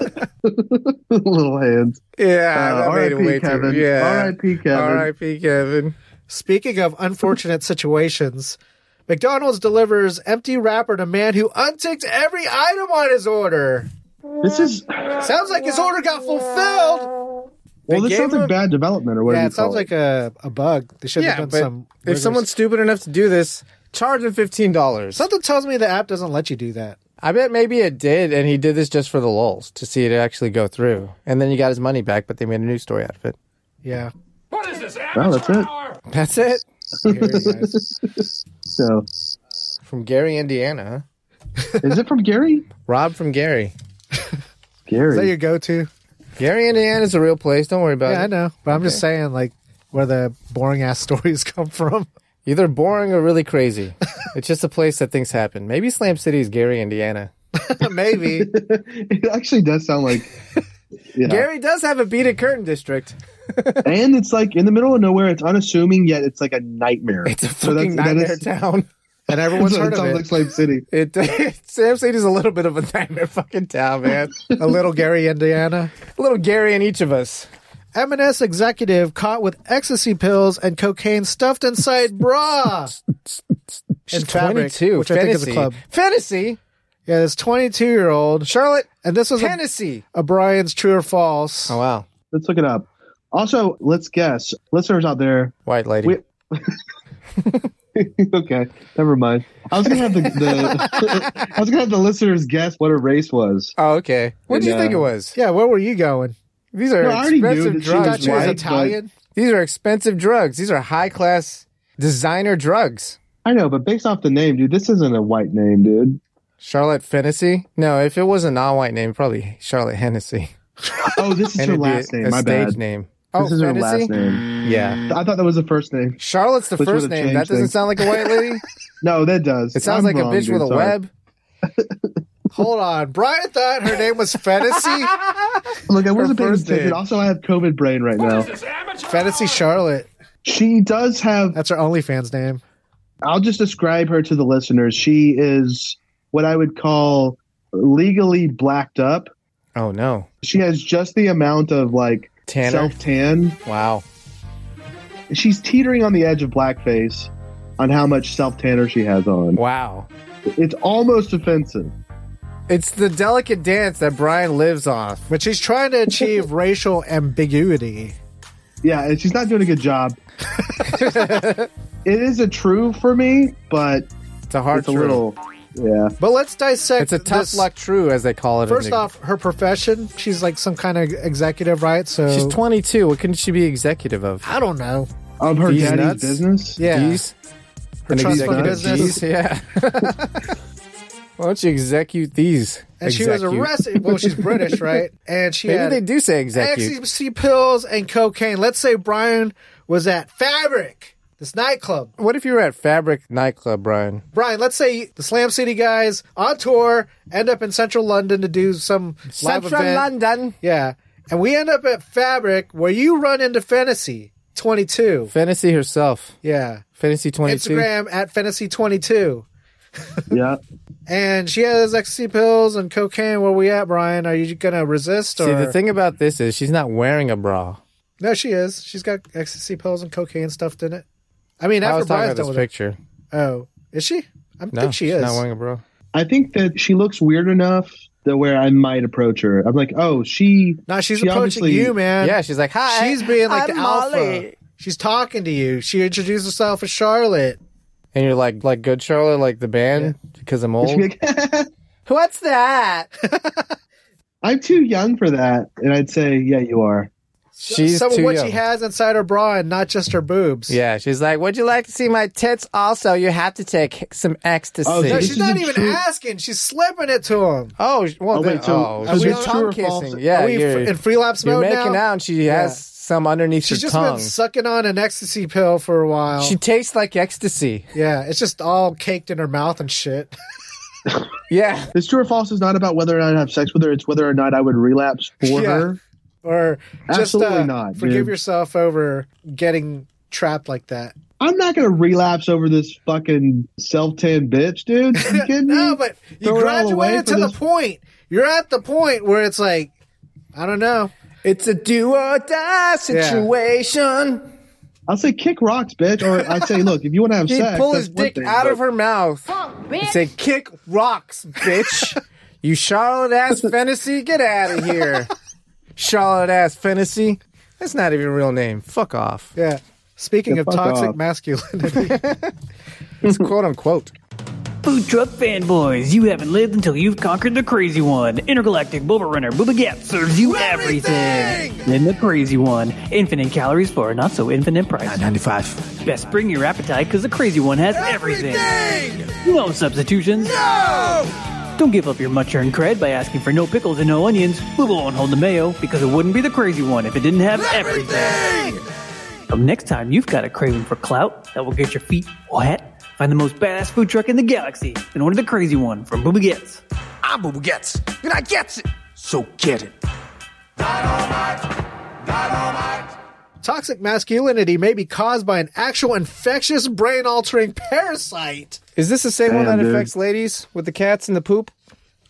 Speaker 1: little hands.
Speaker 2: yeah,
Speaker 1: Uh,
Speaker 2: that made it way
Speaker 1: R.I.P. Kevin.
Speaker 2: too. Yeah.
Speaker 1: R.I.P. Kevin.
Speaker 2: R.I.P. Kevin.
Speaker 3: Speaking of unfortunate situations, McDonald's delivers empty wrapper to man who unticked every item on his order.
Speaker 1: This is
Speaker 3: Sounds like his order got fulfilled.
Speaker 1: well. This
Speaker 2: gave
Speaker 1: sounds like
Speaker 2: him a-
Speaker 1: bad development or whatever.
Speaker 3: Yeah,
Speaker 1: you
Speaker 3: it sounds
Speaker 1: call
Speaker 3: like a, a bug. They should
Speaker 2: Yeah,
Speaker 3: have
Speaker 2: but
Speaker 3: done some.
Speaker 2: if
Speaker 3: rigorous-
Speaker 2: someone's stupid enough to do this, charge him fifteen dollars.
Speaker 3: something tells me the app doesn't let you do that.
Speaker 2: I bet maybe it did, and he did this just for the lulz to see it actually go through, and then he got his money back. But they made a news story out of it.
Speaker 1: [LAUGHS]
Speaker 3: Yeah.
Speaker 7: What is this?
Speaker 1: No, that's
Speaker 7: amateur
Speaker 1: it.
Speaker 7: hour?
Speaker 2: That's it
Speaker 1: So,
Speaker 2: from Gary, Indiana.
Speaker 1: is it from
Speaker 2: [LAUGHS]
Speaker 1: Gary?
Speaker 2: Rob from Gary.
Speaker 1: Gary.
Speaker 3: Is that your go-to?
Speaker 2: Gary, Indiana is a real place. Don't worry about
Speaker 3: Yeah, I
Speaker 2: it.
Speaker 3: know, but I'm just saying, like, where the boring ass [LAUGHS] stories come from.
Speaker 2: Either boring or really crazy. it's just a place that things happen. Maybe Slam City is Gary, Indiana.
Speaker 3: [LAUGHS] Maybe
Speaker 1: [LAUGHS] it actually does sound like yeah.
Speaker 2: [LAUGHS] Gary does have a beaded curtain district.
Speaker 1: and it's like in the middle of nowhere it's unassuming yet it's like a nightmare
Speaker 2: It's a fucking nightmare town.
Speaker 1: [LAUGHS]
Speaker 2: [LAUGHS]
Speaker 3: and everyone's heard of
Speaker 1: sounds
Speaker 3: it.
Speaker 1: like Slave City.
Speaker 2: It, [LAUGHS] Sam City's a little bit of a nightmare fucking town, man.
Speaker 3: a little Gary, Indiana.
Speaker 2: a little Gary in each of us.
Speaker 3: M&S executive caught with ecstasy pills and cocaine
Speaker 2: [LAUGHS]
Speaker 3: stuffed inside bra.
Speaker 2: She's
Speaker 3: And Fabric, which I think is a club.
Speaker 2: Fantasy.
Speaker 3: Yeah, this 22 year old,
Speaker 2: Charlotte
Speaker 3: and this was a,
Speaker 2: Fantasy.
Speaker 3: a Brian's true or false.
Speaker 2: Oh wow.
Speaker 1: Let's look it up. Also, let's guess. Listeners out there.
Speaker 2: White lady.
Speaker 1: We- [LAUGHS] okay, never mind. I was gonna have the, the [LAUGHS] I was gonna have the listeners guess what her race was.
Speaker 2: oh, okay. What did you
Speaker 1: Yeah.
Speaker 2: think it was?
Speaker 3: Yeah, where were you going?
Speaker 2: These are
Speaker 1: uh, No, I already knew
Speaker 2: expensive
Speaker 1: that she
Speaker 2: drugs.
Speaker 1: was
Speaker 3: She was
Speaker 1: white,
Speaker 2: man.
Speaker 1: but-
Speaker 3: Italian.
Speaker 2: These are expensive drugs. These are high class designer drugs.
Speaker 1: I know, but based off the name, dude, this isn't a white name, dude.
Speaker 2: Charlotte Fantasy. No, if it was a non-white name, probably Charlotte Hennessy.
Speaker 1: Oh, this is
Speaker 2: And
Speaker 1: her
Speaker 2: it'd be
Speaker 1: last
Speaker 2: a,
Speaker 1: name.
Speaker 2: a
Speaker 1: My
Speaker 2: stage
Speaker 1: bad.
Speaker 2: name. Oh,
Speaker 1: This is her
Speaker 2: Fantasy?
Speaker 1: last name.
Speaker 2: Yeah.
Speaker 1: I thought that was the first name.
Speaker 2: Charlotte's the
Speaker 1: Which
Speaker 2: first
Speaker 1: would've
Speaker 2: name. That
Speaker 1: changed
Speaker 2: doesn't
Speaker 1: things.
Speaker 2: sound like a white
Speaker 1: [LAUGHS]
Speaker 2: lady.
Speaker 1: No, that does.
Speaker 2: It sounds
Speaker 1: I'm
Speaker 2: like
Speaker 1: wrong,
Speaker 2: a bitch
Speaker 1: dude,
Speaker 2: with a
Speaker 1: sorry.
Speaker 2: web.
Speaker 3: Hold on. Brian thought her name was Fantasy
Speaker 1: Look, I wasn't
Speaker 2: Her
Speaker 1: paying
Speaker 2: first
Speaker 1: attention.
Speaker 2: name.
Speaker 1: Also, I have COVID brain right
Speaker 7: What
Speaker 1: now.
Speaker 7: is this? Amateur
Speaker 3: [LAUGHS] Fantasy
Speaker 7: hour?
Speaker 3: Charlotte.
Speaker 1: She does have
Speaker 3: That's her OnlyFans name.
Speaker 1: I'll just describe her to the listeners. She is what I would call legally blacked up.
Speaker 2: Oh no.
Speaker 1: She has just the amount of like
Speaker 2: Tanner.
Speaker 1: self tan.
Speaker 2: wow.
Speaker 1: She's teetering on the edge of blackface on how much self tanner she has on.
Speaker 2: Wow.
Speaker 1: It's almost offensive.
Speaker 2: It's the delicate dance that Brian lives off.
Speaker 3: But she's trying to achieve racial ambiguity.
Speaker 1: Yeah, and she's not doing a good job. it is a true for me, but
Speaker 2: It's a hard
Speaker 1: it's a
Speaker 2: true.
Speaker 1: little. Yeah,
Speaker 3: But let's dissect
Speaker 2: It's a tough
Speaker 3: this.
Speaker 2: luck true, as they call it. in
Speaker 3: First
Speaker 2: the-
Speaker 3: off, her profession, she's like some kind of executive, right? So
Speaker 2: she's 22. What couldn't she be executive of?
Speaker 3: I don't know.
Speaker 1: of her
Speaker 2: These
Speaker 1: daddy's
Speaker 2: nuts?
Speaker 1: business.
Speaker 3: Yeah.
Speaker 2: Geese?
Speaker 3: Her
Speaker 2: An
Speaker 3: trust fund
Speaker 2: executive
Speaker 3: business.
Speaker 2: geese?
Speaker 3: [LAUGHS]
Speaker 2: Yeah. Why don't you execute these?
Speaker 3: And she was
Speaker 2: Execute.
Speaker 3: arrested. Well,
Speaker 2: [LAUGHS]
Speaker 3: she's British, right? And she
Speaker 2: Maybe
Speaker 3: had
Speaker 2: they do say execute.
Speaker 3: ecstasy pills and cocaine. Let's say Brian was at Fabric, this nightclub.
Speaker 2: What if you were at Fabric nightclub, Brian?
Speaker 3: Brian, let's say the Slam City guys on tour end up in Central London to do some live event.
Speaker 2: London.
Speaker 3: Yeah, and we end up at Fabric where you run into Fantasy. 22.
Speaker 2: Fantasy herself.
Speaker 3: Yeah.
Speaker 2: Fantasy 22.
Speaker 3: Instagram at fantasy22.
Speaker 1: Yeah.
Speaker 3: And she has ecstasy pills and cocaine. Where we at, Brian? Are you going to resist? Or...
Speaker 2: See, the thing about this is she's not wearing a bra.
Speaker 3: No, she is. She's got ecstasy pills and cocaine stuffed in it. I mean,
Speaker 2: I
Speaker 3: after
Speaker 2: was talking
Speaker 3: Brian's
Speaker 2: about
Speaker 3: done
Speaker 2: this
Speaker 3: with
Speaker 2: picture.
Speaker 3: it. Oh, is she? I
Speaker 2: No,
Speaker 3: think she
Speaker 2: she's
Speaker 3: is.
Speaker 2: not wearing a bra.
Speaker 1: I think that she looks weird enough that where I might approach her. I'm like, oh, she.
Speaker 3: No, she's
Speaker 1: She
Speaker 3: approaching
Speaker 1: obviously-
Speaker 3: you, man.
Speaker 2: Yeah, she's like, hi.
Speaker 3: she's being like
Speaker 2: I'm
Speaker 3: the alpha.
Speaker 2: Molly."
Speaker 3: She's talking to you. She introduced herself as Charlotte.
Speaker 2: And you're like, like good Charlotte, like the band, because
Speaker 3: [LAUGHS]
Speaker 2: I'm old.
Speaker 1: She's like,
Speaker 2: What's that?
Speaker 1: [LAUGHS] I'm too young for that, and I'd say, yeah, you are.
Speaker 2: She's
Speaker 3: Some of
Speaker 2: too
Speaker 3: what
Speaker 2: young.
Speaker 3: she has inside her bra and not just her boobs.
Speaker 2: Yeah, she's like, would you like to see my tits? Also, you have to take some ecstasy.
Speaker 1: Oh,
Speaker 3: No,
Speaker 1: This [LAUGHS]
Speaker 3: she's
Speaker 1: is
Speaker 3: not
Speaker 1: a
Speaker 3: even
Speaker 1: true-
Speaker 3: asking. She's slipping it to him.
Speaker 2: Oh, sh- [LAUGHS] well,
Speaker 1: Oh,
Speaker 2: then,
Speaker 1: wait, so-
Speaker 2: oh,
Speaker 1: so
Speaker 2: you're
Speaker 1: there's true
Speaker 2: tongue
Speaker 1: or false-
Speaker 2: kissing. Yeah,
Speaker 3: Are we
Speaker 2: you're,
Speaker 3: in free lapse
Speaker 2: you're
Speaker 3: mode
Speaker 2: making
Speaker 3: now?
Speaker 2: out, and she
Speaker 3: Yeah.
Speaker 2: has some underneath
Speaker 3: She's
Speaker 2: her
Speaker 3: just Oh.
Speaker 2: tongue.
Speaker 3: been sucking on an ecstasy pill for a while.
Speaker 2: she tastes like ecstasy.
Speaker 3: yeah, it's just all caked in her mouth and shit.
Speaker 2: Yeah,
Speaker 1: This true or false is not about whether or not I have sex with her. It's whether or not I would relapse for
Speaker 3: Yeah.
Speaker 1: her.
Speaker 3: Or just
Speaker 1: Absolutely
Speaker 3: uh,
Speaker 1: not,
Speaker 3: forgive
Speaker 1: dude.
Speaker 3: yourself over getting trapped like that.
Speaker 1: I'm not going to relapse over this fucking self tan bitch, dude.
Speaker 2: [LAUGHS]
Speaker 1: You kidding me?
Speaker 3: No, but you
Speaker 1: Throw it all away
Speaker 3: graduated
Speaker 1: for
Speaker 3: to the
Speaker 1: this-
Speaker 3: point. You're at the point where it's like, I don't know.
Speaker 2: it's a do or die situation.
Speaker 1: I'll say kick rocks, bitch, or I say, look, if you want to have
Speaker 2: He'd
Speaker 1: sex,
Speaker 2: pull
Speaker 1: that's
Speaker 2: his
Speaker 1: one
Speaker 2: dick
Speaker 1: thing,
Speaker 2: out
Speaker 1: but-
Speaker 2: of her mouth and say, "Kick rocks, bitch! you Charlotte ass fantasy, get out of here, Charlotte ass fantasy." That's not even a real name. Fuck off.
Speaker 3: [LAUGHS] Yeah. Speaking
Speaker 1: Yeah,
Speaker 3: of
Speaker 1: fuck
Speaker 3: toxic
Speaker 1: off. [LAUGHS]
Speaker 3: masculinity,
Speaker 2: It's quote unquote.
Speaker 10: Food truck fanboys, you haven't lived until you've conquered the crazy one. Intergalactic Booba Runner Booba Gap serves you everything. Then the crazy one, infinite calories for a not so infinite price.
Speaker 9: $9.95.
Speaker 10: Best bring your appetite because the crazy one has everything. No substitutions. No. Don't give up your much-earned cred by asking for no pickles and no onions. Booba won't hold the mayo because it wouldn't be the crazy one if it didn't have everything. So next time you've got a craving for clout that will get your feet wet, find the most badass food truck in the galaxy and order the crazy one from Booba Gets.
Speaker 9: I'm Booba Gets, and I gets it, so get it.
Speaker 3: toxic masculinity may be caused by an actual infectious brain altering parasite.
Speaker 2: Is this the same one
Speaker 1: Damn,
Speaker 2: that
Speaker 1: dude.
Speaker 2: affects ladies with the cats and the poop?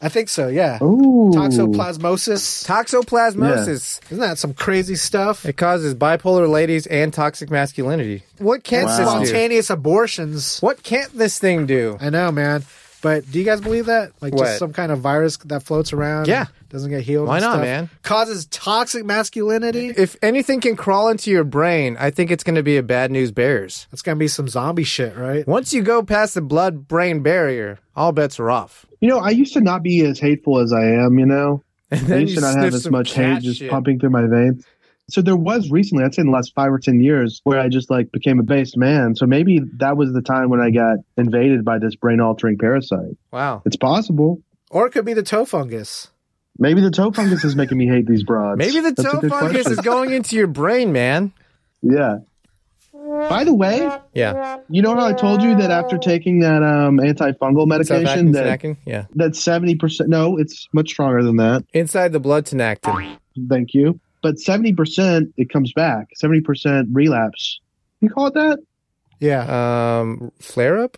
Speaker 3: I think so, yeah.
Speaker 1: Ooh.
Speaker 3: Toxoplasmosis.
Speaker 2: Toxoplasmosis.
Speaker 3: Isn't that some crazy stuff?
Speaker 2: It causes bipolar ladies and toxic masculinity. What can't
Speaker 3: And
Speaker 2: this do?
Speaker 3: spontaneous abortions.
Speaker 2: What can't this thing do?
Speaker 3: I know, man. But do you guys believe that? Like
Speaker 2: What?
Speaker 3: just some kind of virus that floats around?
Speaker 2: Yeah.
Speaker 3: and Doesn't get healed.
Speaker 2: Why
Speaker 3: and
Speaker 2: not,
Speaker 3: stuff?
Speaker 2: man?
Speaker 3: Causes toxic masculinity.
Speaker 2: If anything can crawl into your brain, I think it's going to be a bad news bears.
Speaker 3: That's gonna be some zombie shit, right?
Speaker 2: Once you go past the blood brain barrier, all bets
Speaker 1: [LAUGHS]
Speaker 2: are off.
Speaker 1: You know, I used to not be as hateful as I am, you know?
Speaker 2: And
Speaker 1: I used to not have
Speaker 2: sniff
Speaker 1: as
Speaker 2: some
Speaker 1: much
Speaker 2: cat
Speaker 1: hate just
Speaker 2: shit.
Speaker 1: pumping through my veins. So there was recently, I'd say in the last five or ten years, where I just like became a based man. So maybe that was the time when I got invaded by this brain altering parasite.
Speaker 2: Wow.
Speaker 1: It's possible.
Speaker 3: Or it could be the toe fungus.
Speaker 1: Maybe the toe fungus is making me hate these broads.
Speaker 2: Maybe the
Speaker 1: That's a
Speaker 2: toe
Speaker 1: good
Speaker 2: fungus
Speaker 1: question.
Speaker 2: is going into your brain, man.
Speaker 1: Yeah. By the way,
Speaker 2: Yeah.
Speaker 1: you know how I told you that after taking that um, antifungal medication, that
Speaker 2: Tenactin? Yeah.
Speaker 1: that's seventy percent. No, it's much stronger than that.
Speaker 2: Inside the blood tenactin.
Speaker 1: Thank you. But seventy percent, it comes back. Seventy percent relapse. You call it that?
Speaker 3: Yeah.
Speaker 2: Um, flare up?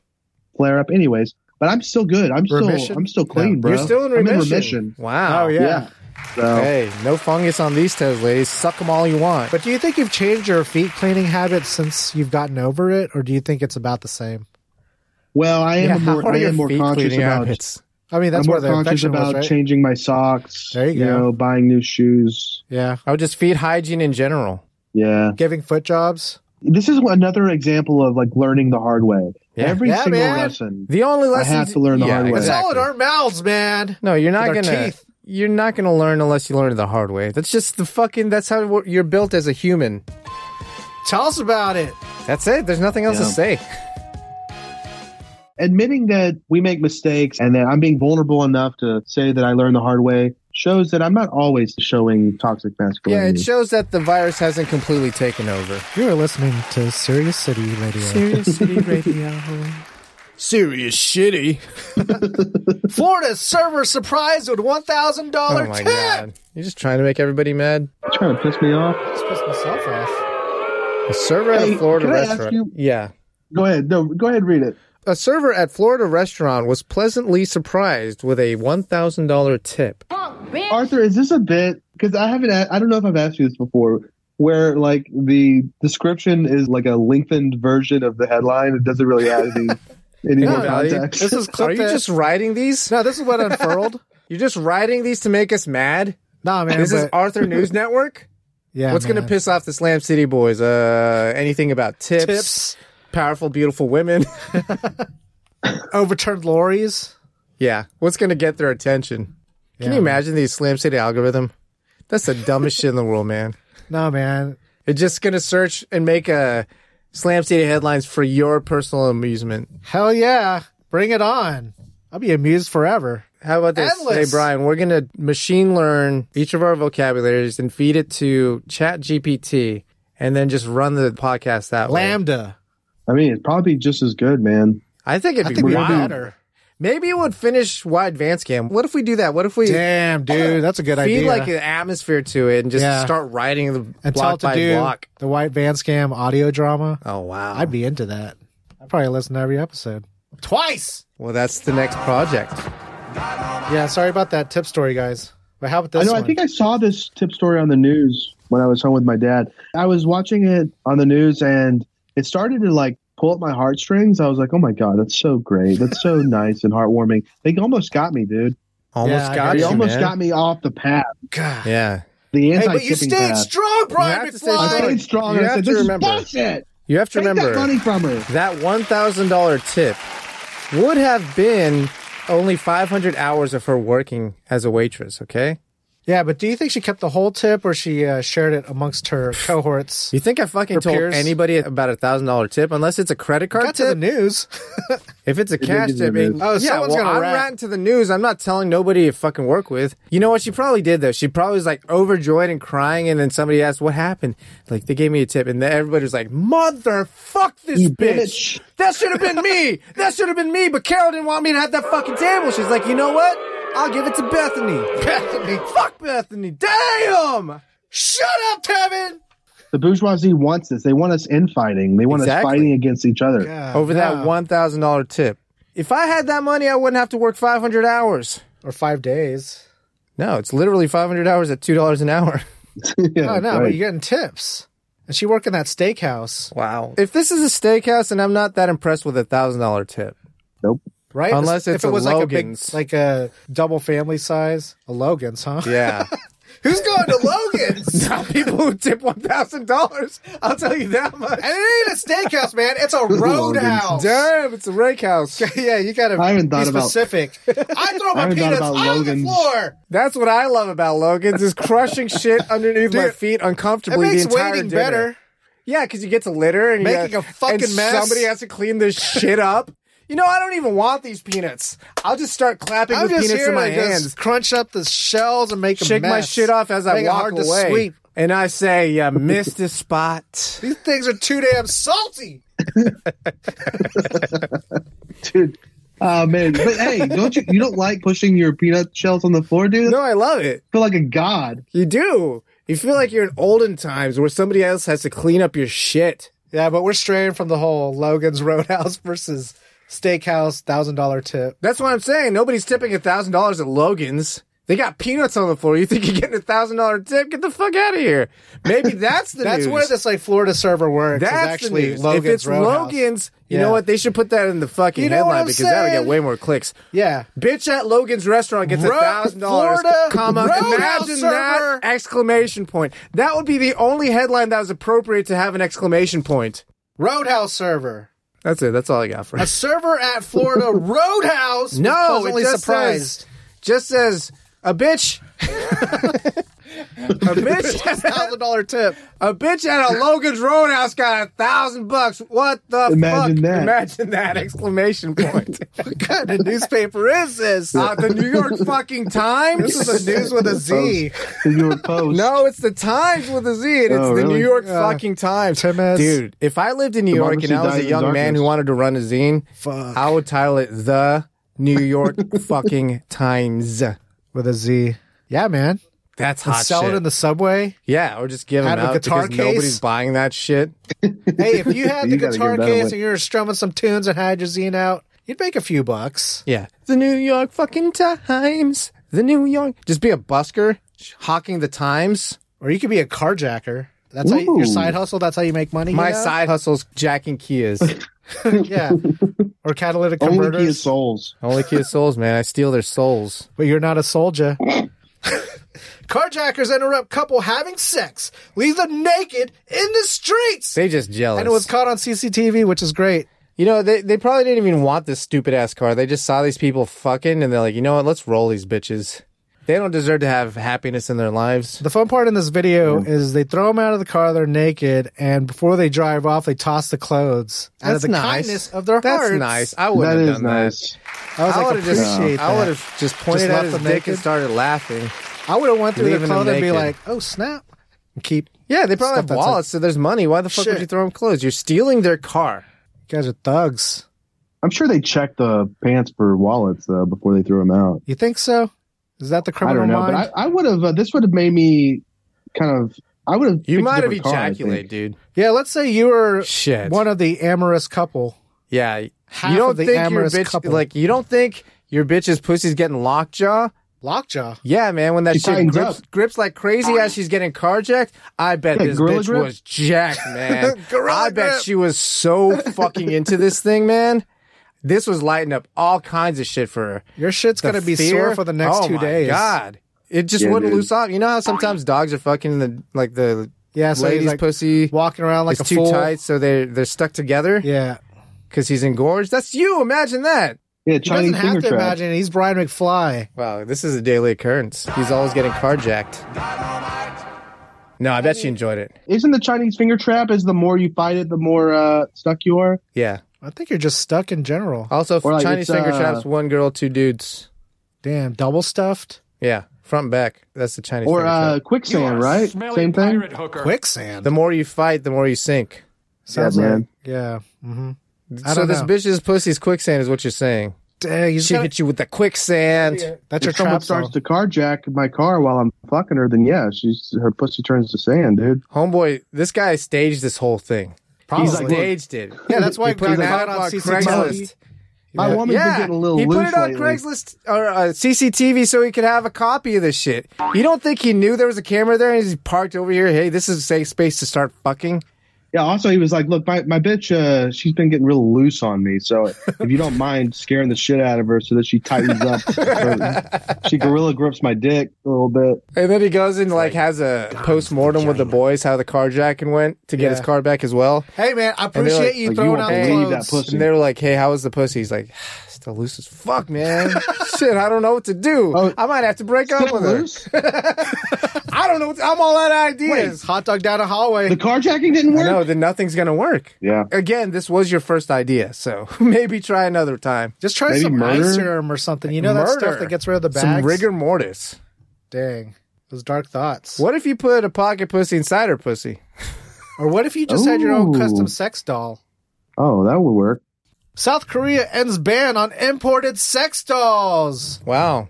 Speaker 1: Flare up, anyways. But I'm still good. I'm still.
Speaker 3: Remission?
Speaker 1: I'm still clean, bro.
Speaker 2: You're still in
Speaker 1: I'm
Speaker 2: remission.
Speaker 1: remission.
Speaker 2: Wow.
Speaker 3: Oh, yeah.
Speaker 1: Yeah. So
Speaker 2: Hey, no fungus on these toes, ladies. Suck them all you want.
Speaker 3: But do you think you've changed your feet cleaning habits since you've gotten over it, or do you think it's about the same?
Speaker 1: well, I am
Speaker 2: Yeah, [LAUGHS]
Speaker 1: more.
Speaker 2: how are
Speaker 1: I
Speaker 2: your
Speaker 1: am more
Speaker 2: feet
Speaker 1: conscious
Speaker 2: cleaning
Speaker 1: about.
Speaker 2: habits?
Speaker 3: I mean, that's
Speaker 1: I'm
Speaker 3: where
Speaker 1: more
Speaker 3: the
Speaker 1: conscious
Speaker 3: infection was,
Speaker 1: about
Speaker 3: right?
Speaker 1: changing my socks.
Speaker 3: There you go.
Speaker 1: know, buying new shoes.
Speaker 3: Yeah,
Speaker 2: Oh, just feed hygiene in general.
Speaker 1: Yeah.
Speaker 3: giving foot jobs.
Speaker 1: this is another example of like learning the hard way.
Speaker 2: Yeah.
Speaker 1: Every
Speaker 3: Yeah,
Speaker 1: single
Speaker 3: man.
Speaker 1: lesson.
Speaker 2: The only lesson
Speaker 1: have to learn the hard way.
Speaker 3: It's all in
Speaker 2: exactly.
Speaker 3: our mouths, man.
Speaker 2: No, you're not
Speaker 3: With our
Speaker 2: gonna.
Speaker 3: teeth.
Speaker 2: You're not gonna learn unless you learn it the hard way. That's just the fucking. That's how we're- you're built as a human.
Speaker 3: Tell us about it.
Speaker 2: That's it. There's nothing else to
Speaker 1: Yeah.
Speaker 2: say.
Speaker 1: Admitting that we make mistakes and that I'm being vulnerable enough to say that I learned the hard way shows that I'm not always showing toxic
Speaker 2: Yeah, it
Speaker 1: masculinity.
Speaker 2: shows that the virus hasn't completely taken over.
Speaker 3: You are listening to Serious City Radio.
Speaker 4: Serious City Radio.
Speaker 2: Serious shitty.
Speaker 3: Florida server surprised with one thousand
Speaker 2: Oh
Speaker 3: dollar
Speaker 2: my
Speaker 3: tip.
Speaker 2: god! You're just trying to make everybody mad.
Speaker 1: It's trying to piss me off.
Speaker 3: Just pissed myself off.
Speaker 2: A server at
Speaker 1: Hey,
Speaker 2: a Florida
Speaker 1: can I ask
Speaker 2: restaurant.
Speaker 1: you-
Speaker 2: yeah.
Speaker 1: Go ahead. No, go ahead. Read it.
Speaker 2: A server at Florida restaurant was pleasantly surprised with a $1,000 tip.
Speaker 3: Oh,
Speaker 1: Arthur, is this a bit? Because I haven't. a- I don't know if I've asked you this before. Where like the description is like a lengthened version of the headline. It doesn't really add
Speaker 3: [LAUGHS]
Speaker 1: any any more
Speaker 2: Value.
Speaker 1: context.
Speaker 3: This is
Speaker 2: Are
Speaker 3: clip
Speaker 2: you
Speaker 3: that-
Speaker 2: just writing these?
Speaker 3: No,
Speaker 2: [LAUGHS]
Speaker 3: this is what unfurled.
Speaker 2: You're just writing these to make us mad?
Speaker 3: nah, man.
Speaker 2: This is
Speaker 3: but- [LAUGHS]
Speaker 2: Arthur News Network?
Speaker 3: yeah,
Speaker 2: What's going to
Speaker 3: man.
Speaker 2: piss off the Slam City boys? Uh, anything about tips,
Speaker 3: tips?
Speaker 2: powerful, beautiful women? [LAUGHS]
Speaker 3: Overturned lorries.
Speaker 2: yeah. What's going to get their attention? Can you imagine the Slam City algorithm? That's the dumbest shit in the world, man.
Speaker 3: No, man.
Speaker 2: It's just going to search and make a Slam City headlines for your personal amusement.
Speaker 3: Hell yeah. Bring it on. I'll be amused forever.
Speaker 2: How about this?
Speaker 3: Endless.
Speaker 2: Hey, Brian, we're going to machine learn each of our vocabularies and feed it to Chat GPT and then just run the podcast that way.
Speaker 3: Lambda.
Speaker 1: I mean, it's probably just as good, man.
Speaker 2: I think it'd
Speaker 3: I
Speaker 2: be
Speaker 3: think we
Speaker 2: wild.
Speaker 3: better.
Speaker 2: Maybe it would finish wide Vance Cam. What if we do that? What if we
Speaker 3: Damn, dude. That's a good
Speaker 2: feed
Speaker 3: idea.
Speaker 2: like an atmosphere to it and just
Speaker 3: Yeah.
Speaker 2: start writing the
Speaker 3: and
Speaker 2: block
Speaker 3: tell it to
Speaker 2: by
Speaker 3: do
Speaker 2: block?
Speaker 3: the White Van Scam audio drama.
Speaker 2: Oh wow!
Speaker 3: I'd be into that. I'd probably listen to every episode. Twice!
Speaker 2: well, that's the next project.
Speaker 3: Yeah, sorry about that tip story, guys. But how about this
Speaker 1: I know.
Speaker 3: one?
Speaker 1: I think I saw this tip story on the news when I was home with my dad. I was watching it on the news, and it started to like pull at my heartstrings. I was like, "Oh my god, that's so great! That's so nice and heartwarming." They almost got me, dude.
Speaker 2: Almost
Speaker 3: I
Speaker 2: got
Speaker 3: heard
Speaker 1: They
Speaker 2: you,
Speaker 3: you,
Speaker 1: almost
Speaker 2: man.
Speaker 1: got me off the path.
Speaker 3: God.
Speaker 2: Yeah,
Speaker 1: The
Speaker 3: Hey,
Speaker 1: anti-tipping
Speaker 3: but you stayed
Speaker 1: path.
Speaker 3: strong, Brian
Speaker 2: have to stay
Speaker 1: I
Speaker 2: strong.
Speaker 3: McFly.
Speaker 1: stayed strong.
Speaker 2: You
Speaker 1: and I
Speaker 2: have
Speaker 1: said,
Speaker 2: to
Speaker 1: "This
Speaker 2: remember.
Speaker 1: is bullshit.
Speaker 2: you have to
Speaker 1: Take
Speaker 2: remember
Speaker 1: that money from her."
Speaker 2: that one thousand dollar tip would have been only five hundred hours of her working as a waitress. Okay,
Speaker 3: Yeah, but do you think she kept the whole tip or she uh, shared it amongst her cohorts?
Speaker 2: you think I fucking
Speaker 3: Her
Speaker 2: told
Speaker 3: peers?
Speaker 2: anybody about a thousand dollar tip unless it's a credit card
Speaker 3: Got to
Speaker 2: tip?
Speaker 3: the news. [LAUGHS]
Speaker 2: If it's a cash
Speaker 1: give you
Speaker 2: tip,
Speaker 1: the
Speaker 2: I mean,
Speaker 1: news.
Speaker 3: Oh,
Speaker 2: yeah,
Speaker 3: someone's
Speaker 2: well,
Speaker 3: gonna
Speaker 2: I'm
Speaker 3: rat.
Speaker 2: ranting to the news. I'm not telling nobody to fucking work with. You know what? She probably did though. She probably was like overjoyed and crying, and then somebody asked, "What happened?" Like they gave me a tip, and then everybody was like, "Mother, fuck this
Speaker 1: You
Speaker 2: bitch.
Speaker 1: bitch."
Speaker 2: That should have been me. That should have been me." But Carol didn't want me to have that fucking table. She's like, "You know what? I'll give it to Bethany. [LAUGHS] Bethany, fuck Bethany. Damn."
Speaker 3: Shut up, Tevin!
Speaker 1: The bourgeoisie wants this. They want us infighting. They want
Speaker 2: Exactly.
Speaker 1: us fighting against each other.
Speaker 3: God,
Speaker 2: Over
Speaker 3: no.
Speaker 2: that one thousand dollar tip. If I had that money, I wouldn't have to work five hundred hours.
Speaker 3: Or five days.
Speaker 2: No, it's literally 500 hours at $2 an hour. [LAUGHS]
Speaker 1: Yeah,
Speaker 3: Oh, no,
Speaker 1: right.
Speaker 3: but you're getting tips. And she worked in that steakhouse,
Speaker 2: Wow. If this is a steakhouse and I'm not that impressed with a $1,000 tip,
Speaker 1: nope.
Speaker 3: right?
Speaker 2: Unless
Speaker 3: If-
Speaker 2: it's
Speaker 3: if it
Speaker 2: a
Speaker 3: was
Speaker 2: Logan's.
Speaker 3: like a big, like a double family size, a Logan's, huh? [LAUGHS]
Speaker 2: yeah.
Speaker 3: Who's
Speaker 2: [LAUGHS]
Speaker 3: going to Logan's?
Speaker 2: not people who tip $1,000. I'll tell you that much.
Speaker 3: And it ain't a steakhouse, man. It's a roadhouse.
Speaker 2: Damn, it's a rake house.
Speaker 3: yeah, you gotta
Speaker 1: I haven't
Speaker 3: be
Speaker 1: thought about-
Speaker 3: specific. I throw
Speaker 1: I
Speaker 3: my
Speaker 1: haven't thought
Speaker 3: peanuts
Speaker 1: about
Speaker 3: on
Speaker 1: Logan's.
Speaker 3: the floor.
Speaker 2: That's what I love about Logan's is crushing shit underneath my feet
Speaker 3: It
Speaker 2: uncomfortably the
Speaker 3: makes
Speaker 2: entire
Speaker 3: waiting
Speaker 2: dinner.
Speaker 3: better.
Speaker 2: Yeah, because you get to litter and you
Speaker 3: Making
Speaker 2: got-
Speaker 3: a fucking
Speaker 2: and
Speaker 3: mess.
Speaker 2: Somebody has to clean this shit up. You know, I don't even want these peanuts. I'll just start clapping
Speaker 3: I'm
Speaker 2: with
Speaker 3: just
Speaker 2: peanuts
Speaker 3: here
Speaker 2: in my
Speaker 3: to just
Speaker 2: hands.
Speaker 3: crunch up the shells and make a
Speaker 2: shake my
Speaker 3: mess.
Speaker 2: shit off as I
Speaker 3: Make it
Speaker 2: walk
Speaker 3: hard to
Speaker 2: away.
Speaker 3: sweep.
Speaker 2: And I say, you missed a spot.
Speaker 3: These things are too damn salty.
Speaker 1: Dude. Oh man. But hey, don't you you don't like pushing your peanut shells on the floor, dude?
Speaker 2: [LAUGHS] No, I love it.
Speaker 1: I feel like a god.
Speaker 2: You do. You feel like you're in olden times where somebody else has to clean up your shit. [LAUGHS]
Speaker 3: Yeah, but we're straying from the whole Logan's Roadhouse versus Steakhouse thousand dollar tip.
Speaker 2: That's what I'm saying. Nobody's tipping a thousand dollars at Logan's. They got peanuts on the floor. You think you're getting a thousand dollar tip? Get the fuck out of here.
Speaker 3: [LAUGHS]
Speaker 2: Maybe that's the
Speaker 3: That's
Speaker 2: news.
Speaker 3: where this like Florida server works.
Speaker 2: that's
Speaker 3: is
Speaker 2: the
Speaker 3: actually
Speaker 2: news.
Speaker 3: Logan's
Speaker 2: if it's
Speaker 3: Roadhouse.
Speaker 2: Logan's, you
Speaker 3: Yeah.
Speaker 2: know what? They should put that in the fucking
Speaker 3: You know what
Speaker 2: headline
Speaker 3: I'm
Speaker 2: because that'll
Speaker 3: saying?
Speaker 2: get way more clicks.
Speaker 3: yeah,
Speaker 2: Bitch at Logan's restaurant gets a
Speaker 3: Ro-
Speaker 2: thousand dollars.
Speaker 3: Florida
Speaker 2: Comma.
Speaker 3: Roadhouse
Speaker 2: Imagine
Speaker 3: server.
Speaker 2: that exclamation point. That would be the only headline that was appropriate to have an exclamation point.
Speaker 3: Roadhouse server.
Speaker 2: That's it. That's all I got for
Speaker 3: A
Speaker 2: us.
Speaker 3: server at [LAUGHS] Florida Roadhouse. was
Speaker 2: No,
Speaker 3: pleasantly
Speaker 2: it just
Speaker 3: surprised. [LAUGHS]
Speaker 2: says just says a bitch. [LAUGHS] a bitch.
Speaker 3: Thousand dollar tip.
Speaker 2: A bitch at a Logan's Roadhouse got a thousand bucks. What the
Speaker 1: Imagine
Speaker 2: fuck?
Speaker 1: that.
Speaker 2: Imagine that exclamation point.
Speaker 3: [LAUGHS] What kind of newspaper is this?
Speaker 2: uh, the New York fucking Times.
Speaker 3: this is the news with a Z.
Speaker 1: The New
Speaker 2: [LAUGHS]
Speaker 1: York Post.
Speaker 2: No, it's the Times with a Z, and it's
Speaker 1: Oh,
Speaker 2: the
Speaker 1: really?
Speaker 2: New York
Speaker 3: Yeah.
Speaker 2: fucking Times.
Speaker 3: Times.
Speaker 2: Dude, if I lived in New York and
Speaker 1: Democracy
Speaker 2: I was
Speaker 1: dies
Speaker 2: a
Speaker 1: in
Speaker 2: young man
Speaker 1: darkness.
Speaker 2: who wanted to run a zine,
Speaker 3: Fuck.
Speaker 2: I would title it [LAUGHS] The New York fucking Times.
Speaker 3: With a Z. Yeah, man.
Speaker 2: That's
Speaker 3: and
Speaker 2: hot
Speaker 3: sell
Speaker 2: shit.
Speaker 3: it in the subway.
Speaker 2: yeah, or just give them
Speaker 3: Out of a
Speaker 2: out
Speaker 3: guitar
Speaker 2: because nobody's
Speaker 3: case?
Speaker 2: buying that shit.
Speaker 3: [LAUGHS] Hey, if you had the
Speaker 1: You gotta
Speaker 3: guitar
Speaker 1: give that
Speaker 3: case
Speaker 1: away.
Speaker 3: and you were strumming some tunes and had your zine out, you'd make a few bucks.
Speaker 2: Yeah. The New York fucking Times. The New York. Just be a busker, hawking the Times.
Speaker 3: Or you could be a carjacker. That's how you, your
Speaker 1: Ooh.
Speaker 3: side hustle. That's how you make money. you
Speaker 2: My
Speaker 3: know?
Speaker 2: side hustle's jacking Kias.
Speaker 3: [LAUGHS] yeah. Or catalytic
Speaker 1: Only Kia
Speaker 3: converters.
Speaker 1: Souls.
Speaker 2: Only Kia souls, man. I steal their souls.
Speaker 3: But you're not a [LAUGHS] soldier. Carjackers interrupt couple having sex, leave them naked in the streets,
Speaker 2: They just jealous.
Speaker 3: and it was caught on CCTV, which is great.
Speaker 2: you know, they, they probably didn't even want this stupid ass car. They just saw these people fucking and they're like, you know what? Let's roll these bitches. They don't deserve to have happiness in their lives.
Speaker 3: The fun part in this video is they throw them out of the car, they're naked, and before they drive off, they toss the clothes out of
Speaker 2: That's
Speaker 3: the
Speaker 2: nice.
Speaker 3: kindness of their
Speaker 2: That's
Speaker 3: hearts.
Speaker 2: nice. I
Speaker 1: That
Speaker 2: wouldn't have
Speaker 1: is
Speaker 2: done
Speaker 1: nice.
Speaker 3: I was
Speaker 2: that. I
Speaker 3: like,
Speaker 2: would have just,
Speaker 3: appreciate
Speaker 2: I would
Speaker 3: that.
Speaker 2: have just pointed
Speaker 3: left
Speaker 2: at his
Speaker 3: them
Speaker 2: dick
Speaker 3: naked?
Speaker 2: and started laughing.
Speaker 3: I would have went through
Speaker 2: Leaving
Speaker 3: the
Speaker 2: them
Speaker 3: clothes and be
Speaker 2: naked.
Speaker 3: like, "Oh snap!" And keep
Speaker 2: Yeah, they probably
Speaker 3: Stuff
Speaker 2: have
Speaker 3: that's
Speaker 2: wallets, so there's money. Why the fuck
Speaker 3: Shit.
Speaker 2: would you throw them clothes? You're stealing their car.
Speaker 3: you guys are thugs.
Speaker 1: I'm sure they checked the pants for wallets though before they threw them out.
Speaker 3: You think so? Is that the
Speaker 1: I
Speaker 3: criminal
Speaker 1: don't know,
Speaker 3: mind?
Speaker 1: but I, I would have. Uh, this would have made me kind of. I would have.
Speaker 2: You
Speaker 1: picked a
Speaker 2: might have
Speaker 1: different car, I think.
Speaker 2: ejaculated, dude.
Speaker 3: yeah, let's say you were
Speaker 2: Shit.
Speaker 3: one of the amorous couple.
Speaker 2: yeah.
Speaker 3: Half
Speaker 2: you
Speaker 3: of
Speaker 2: don't
Speaker 3: the
Speaker 2: think your
Speaker 3: amorous
Speaker 2: bitch
Speaker 3: couple.
Speaker 2: like you don't think your bitch's pussy's getting lockjaw?
Speaker 3: Lockjaw.
Speaker 2: Yeah, man. When that
Speaker 1: She
Speaker 2: shit
Speaker 1: tightens
Speaker 2: grips,
Speaker 1: up.
Speaker 2: grips like
Speaker 3: Oh,
Speaker 2: crazy as she's getting carjacked, I bet
Speaker 1: Yeah,
Speaker 2: this
Speaker 1: gorilla
Speaker 2: bitch
Speaker 1: grip.
Speaker 2: was jacked,
Speaker 1: [LAUGHS]
Speaker 2: man.
Speaker 3: Gorilla
Speaker 2: I bet
Speaker 3: grip.
Speaker 2: she was so fucking into this thing, man. This was lighting up all kinds of shit for her.
Speaker 3: Your shit's
Speaker 2: The
Speaker 3: gonna be
Speaker 2: fear-
Speaker 3: sore for the next
Speaker 2: oh
Speaker 3: two
Speaker 2: my
Speaker 3: days.
Speaker 2: God, it just
Speaker 1: Yeah,
Speaker 2: wouldn't
Speaker 1: dude.
Speaker 2: loose off. You know how sometimes dogs are fucking the like the
Speaker 3: Yeah, so
Speaker 2: lady's
Speaker 3: he's like
Speaker 2: pussy
Speaker 3: walking around like
Speaker 2: is
Speaker 3: a
Speaker 2: too
Speaker 3: fool.
Speaker 2: tight, so they they're stuck together
Speaker 3: Yeah,
Speaker 2: because he's engorged. That's you. Imagine that.
Speaker 1: Yeah,
Speaker 3: he
Speaker 1: Chinese
Speaker 3: doesn't have
Speaker 1: finger
Speaker 3: to
Speaker 1: trap.
Speaker 3: imagine. it. He's Brian McFly.
Speaker 2: Wow, this is a daily occurrence. He's always getting carjacked. No, I bet she enjoyed it.
Speaker 1: Isn't the Chinese finger trap? Is the more you fight it, the more uh, stuck you are?
Speaker 2: Yeah.
Speaker 3: I think you're just stuck in general.
Speaker 2: Also,
Speaker 1: Or like
Speaker 2: Chinese
Speaker 1: it's,
Speaker 2: finger
Speaker 1: uh,
Speaker 2: traps, one girl, two dudes.
Speaker 3: Damn, double stuffed
Speaker 2: Yeah, front and back. That's the Chinese
Speaker 1: Or
Speaker 2: finger
Speaker 1: uh,
Speaker 2: trap.
Speaker 7: You are
Speaker 1: quicksand,
Speaker 7: a
Speaker 1: right?
Speaker 7: smelly
Speaker 1: Same thing.
Speaker 7: pirate hooker.
Speaker 3: quicksand.
Speaker 2: The more you fight, the more you sink.
Speaker 3: Sounds
Speaker 1: Yeah,
Speaker 3: like
Speaker 1: man.
Speaker 3: yeah. Mm-hmm. I
Speaker 2: So
Speaker 3: don't
Speaker 2: this eh,
Speaker 3: know.
Speaker 2: bitch's pussy's quicksand is what you're saying.
Speaker 3: Dang, you just
Speaker 2: She
Speaker 3: gotta-
Speaker 2: hit you with the quicksand.
Speaker 3: that's your
Speaker 1: If someone
Speaker 3: trap
Speaker 1: starts
Speaker 3: song.
Speaker 1: to carjack my car while I'm fucking her, then yeah, she's her pussy turns to sand, dude.
Speaker 2: Homeboy, this guy staged this that's thing. He
Speaker 3: Probably.
Speaker 2: staged it.
Speaker 3: yeah, that's why
Speaker 2: He put it
Speaker 3: Greg
Speaker 2: out
Speaker 3: Lott
Speaker 2: on Craigslist.
Speaker 1: My woman's been getting a little
Speaker 2: he put
Speaker 1: loose
Speaker 2: it on
Speaker 1: lately.
Speaker 2: Craigslist or uh, CCTV so he could have a copy of this shit. You don't think he knew there was a camera there and he's parked over here? Hey, this is a safe space to start fucking.
Speaker 1: Yeah. Also, he was like, "Look, my my bitch, uh, she's been getting real loose on me. So if you don't mind scaring the shit out of her so that she tightens up,
Speaker 2: [LAUGHS]
Speaker 1: her- she gorilla grips my dick a little bit.
Speaker 2: And then he goes and like, has a post mortem with the boys how the carjacking went to get his
Speaker 3: Yeah.
Speaker 2: car back as well.
Speaker 3: Hey man, I
Speaker 2: they're like-
Speaker 3: appreciate you
Speaker 1: like, you
Speaker 3: throwing
Speaker 1: won't
Speaker 3: out
Speaker 1: believe
Speaker 3: clothes.
Speaker 1: that pussy.
Speaker 2: And they were like, "Hey, how was the pussy?" He's like, "Ah, "Still loose as fuck, man. Shit, I don't know what to do.
Speaker 1: Oh,
Speaker 2: I might have to break up
Speaker 1: Still
Speaker 2: with her.
Speaker 1: loose?
Speaker 2: I don't know. What I'm all out of ideas.
Speaker 3: Hot dog down a hallway.
Speaker 1: The carjacking didn't
Speaker 2: I
Speaker 1: work.
Speaker 2: know. Then nothing's gonna work.
Speaker 1: Yeah.
Speaker 2: Again, this was your first idea, so [LAUGHS] maybe try another time.
Speaker 3: Just try
Speaker 1: Maybe
Speaker 3: some ice
Speaker 1: murder?
Speaker 3: serum or something. You know that
Speaker 2: Murder.
Speaker 3: stuff that gets rid of the bags.
Speaker 2: Some rigor mortis.
Speaker 3: Dang, those dark thoughts.
Speaker 2: What if you put a pocket pussy inside her pussy?
Speaker 3: Or what if you just had your own
Speaker 1: Ooh.
Speaker 3: custom sex doll?
Speaker 1: Oh, that would work.
Speaker 3: South Korea ends ban on imported sex dolls.
Speaker 2: Wow.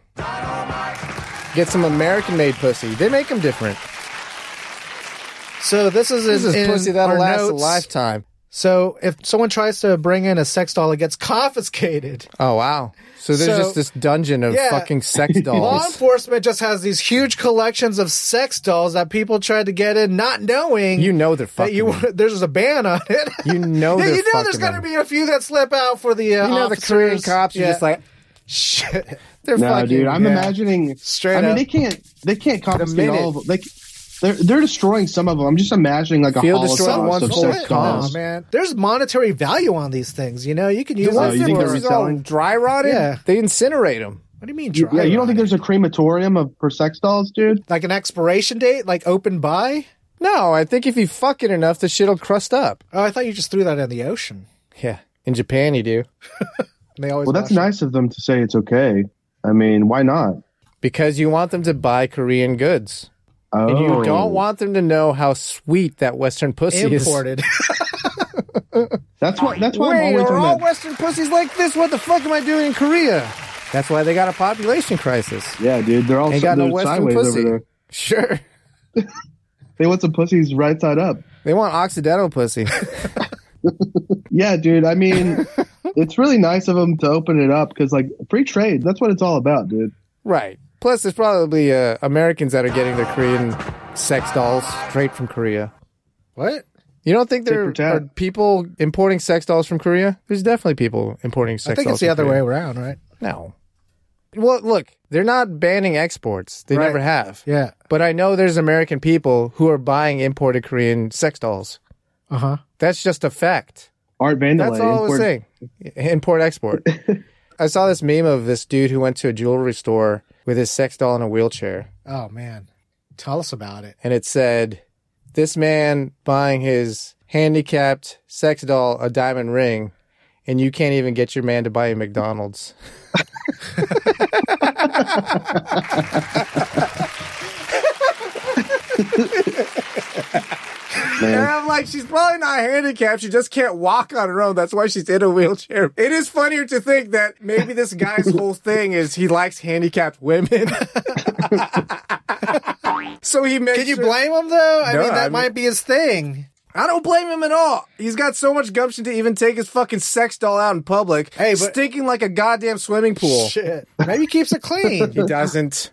Speaker 2: Get some American-made pussy. They make them different.
Speaker 3: So this is
Speaker 2: This
Speaker 3: in,
Speaker 2: is
Speaker 3: in
Speaker 2: pussy that'll
Speaker 3: our
Speaker 2: last a
Speaker 3: notes.
Speaker 2: lifetime.
Speaker 3: So if someone tries to bring in a sex doll, it gets confiscated.
Speaker 2: Oh wow! So there's
Speaker 3: So-
Speaker 2: just this dungeon of
Speaker 3: Yeah. [LAUGHS]
Speaker 2: fucking sex
Speaker 3: Law
Speaker 2: dolls.
Speaker 3: enforcement just has these huge collections of sex dolls that people tried to get in, not knowing
Speaker 2: You know they're
Speaker 3: that
Speaker 2: fucking.
Speaker 3: you
Speaker 2: them.
Speaker 3: [LAUGHS] there's a ban on it.
Speaker 2: You know
Speaker 3: [LAUGHS] yeah,
Speaker 2: they're
Speaker 3: you know there's
Speaker 2: fucking
Speaker 3: gonna
Speaker 2: them.
Speaker 3: be a few that slip out for the uh,
Speaker 2: You know [LAUGHS] the
Speaker 3: officers.
Speaker 2: Korean cops are
Speaker 3: Yeah.
Speaker 2: just like
Speaker 3: [LAUGHS]
Speaker 2: [LAUGHS]
Speaker 3: shit.
Speaker 2: they're
Speaker 1: No,
Speaker 2: fucking.
Speaker 1: dude, I'm
Speaker 2: yeah.
Speaker 1: imagining.
Speaker 3: Straight
Speaker 1: I mean,
Speaker 3: up.
Speaker 1: they can't. They can't confiscate
Speaker 2: minute.
Speaker 1: all of them. They, c- they're they're destroying some of them. I'm just imagining like a
Speaker 2: They'll destroy the
Speaker 1: holocaust
Speaker 2: ones
Speaker 1: of
Speaker 2: full
Speaker 1: sex
Speaker 2: of condoms.
Speaker 1: dolls.
Speaker 3: Oh, man, there's monetary value on these things. You know, you can use
Speaker 2: The ones
Speaker 1: you
Speaker 3: them
Speaker 2: that
Speaker 1: think
Speaker 3: for-
Speaker 1: they're
Speaker 2: were all
Speaker 1: reselling?
Speaker 2: dry rotted,
Speaker 3: Yeah.
Speaker 2: they incinerate them.
Speaker 3: What do you mean?
Speaker 1: You-
Speaker 3: Dry
Speaker 1: Yeah, you don't think
Speaker 3: rotting?
Speaker 1: there's a crematorium of for sex dolls, dude?
Speaker 3: like an expiration date, like open buy?
Speaker 2: No, I think if you fuck it enough, the shit'll crust up.
Speaker 3: Oh, I thought you just threw that in the ocean.
Speaker 2: Yeah, in Japan you do
Speaker 3: And they always
Speaker 1: Well, that's
Speaker 3: wash it.
Speaker 1: nice of them to say it's okay. I mean, why not?
Speaker 2: because you want them to buy Korean goods, and
Speaker 3: Oh.
Speaker 2: you
Speaker 1: Oh.
Speaker 2: don't want them to know how sweet that Western pussy is. [LAUGHS]
Speaker 3: imported.
Speaker 1: That's why. That's why
Speaker 2: Wait,
Speaker 1: I'm always
Speaker 2: are
Speaker 1: on
Speaker 2: all
Speaker 3: "Oh,
Speaker 1: that.
Speaker 2: Western pussies like this? What the fuck am I doing in Korea? That's why they got a population crisis.
Speaker 1: yeah, dude, they're all
Speaker 2: Ain't
Speaker 1: they're
Speaker 2: got no Western
Speaker 1: sideways
Speaker 2: pussy.
Speaker 1: over there.
Speaker 2: Sure.
Speaker 1: They want some pussies right side up.
Speaker 2: They want Occidental
Speaker 3: [LAUGHS]
Speaker 2: pussy.
Speaker 1: yeah, dude. I
Speaker 2: [LAUGHS]
Speaker 1: mean, it's really nice of them to open it up because, like, free trade. That's what it's all about, dude.
Speaker 2: right. Plus, there's probably uh, Americans that are getting their Korean sex dolls straight from Korea.
Speaker 3: What?
Speaker 2: You don't think there
Speaker 1: Tit for tat.
Speaker 2: are people importing sex dolls from Korea? There's definitely people importing sex
Speaker 3: I
Speaker 2: dolls.
Speaker 3: think it's the
Speaker 2: from
Speaker 3: other
Speaker 2: Korea.
Speaker 3: way around, right?
Speaker 2: No. Well, look, they're not banning exports. They
Speaker 3: Right.
Speaker 2: never have.
Speaker 3: Yeah.
Speaker 2: But I know there's American people who are buying imported Korean sex dolls.
Speaker 3: Uh huh.
Speaker 2: That's just a fact.
Speaker 1: Art Vandalay.
Speaker 2: That's all I was
Speaker 1: import-
Speaker 2: saying. Import export. I saw this meme of this dude who went to a jewelry store with his sex doll in a wheelchair,
Speaker 3: Oh man, tell us about it.
Speaker 2: and it said, "This man buying his handicapped sex doll a diamond ring, and you can't even get your man to buy you McDonald's." And
Speaker 1: Man.
Speaker 2: I'm like, she's probably not handicapped. She just can't walk on her own. That's why she's in a wheelchair. It is funnier to think that maybe this
Speaker 3: [LAUGHS]
Speaker 2: guy's whole thing is he likes handicapped women. [LAUGHS] so he makes.
Speaker 3: Can you
Speaker 2: sure-
Speaker 3: blame him though? I
Speaker 2: No,
Speaker 3: mean, that
Speaker 2: I mean-
Speaker 3: might be his thing.
Speaker 2: I don't blame him at all. He's got so much gumption to even take his fucking sex doll out in public,
Speaker 3: Hey, but-
Speaker 2: stinking like a goddamn swimming pool.
Speaker 3: Shit. Maybe he keeps it
Speaker 2: [LAUGHS]
Speaker 3: clean.
Speaker 2: He doesn't.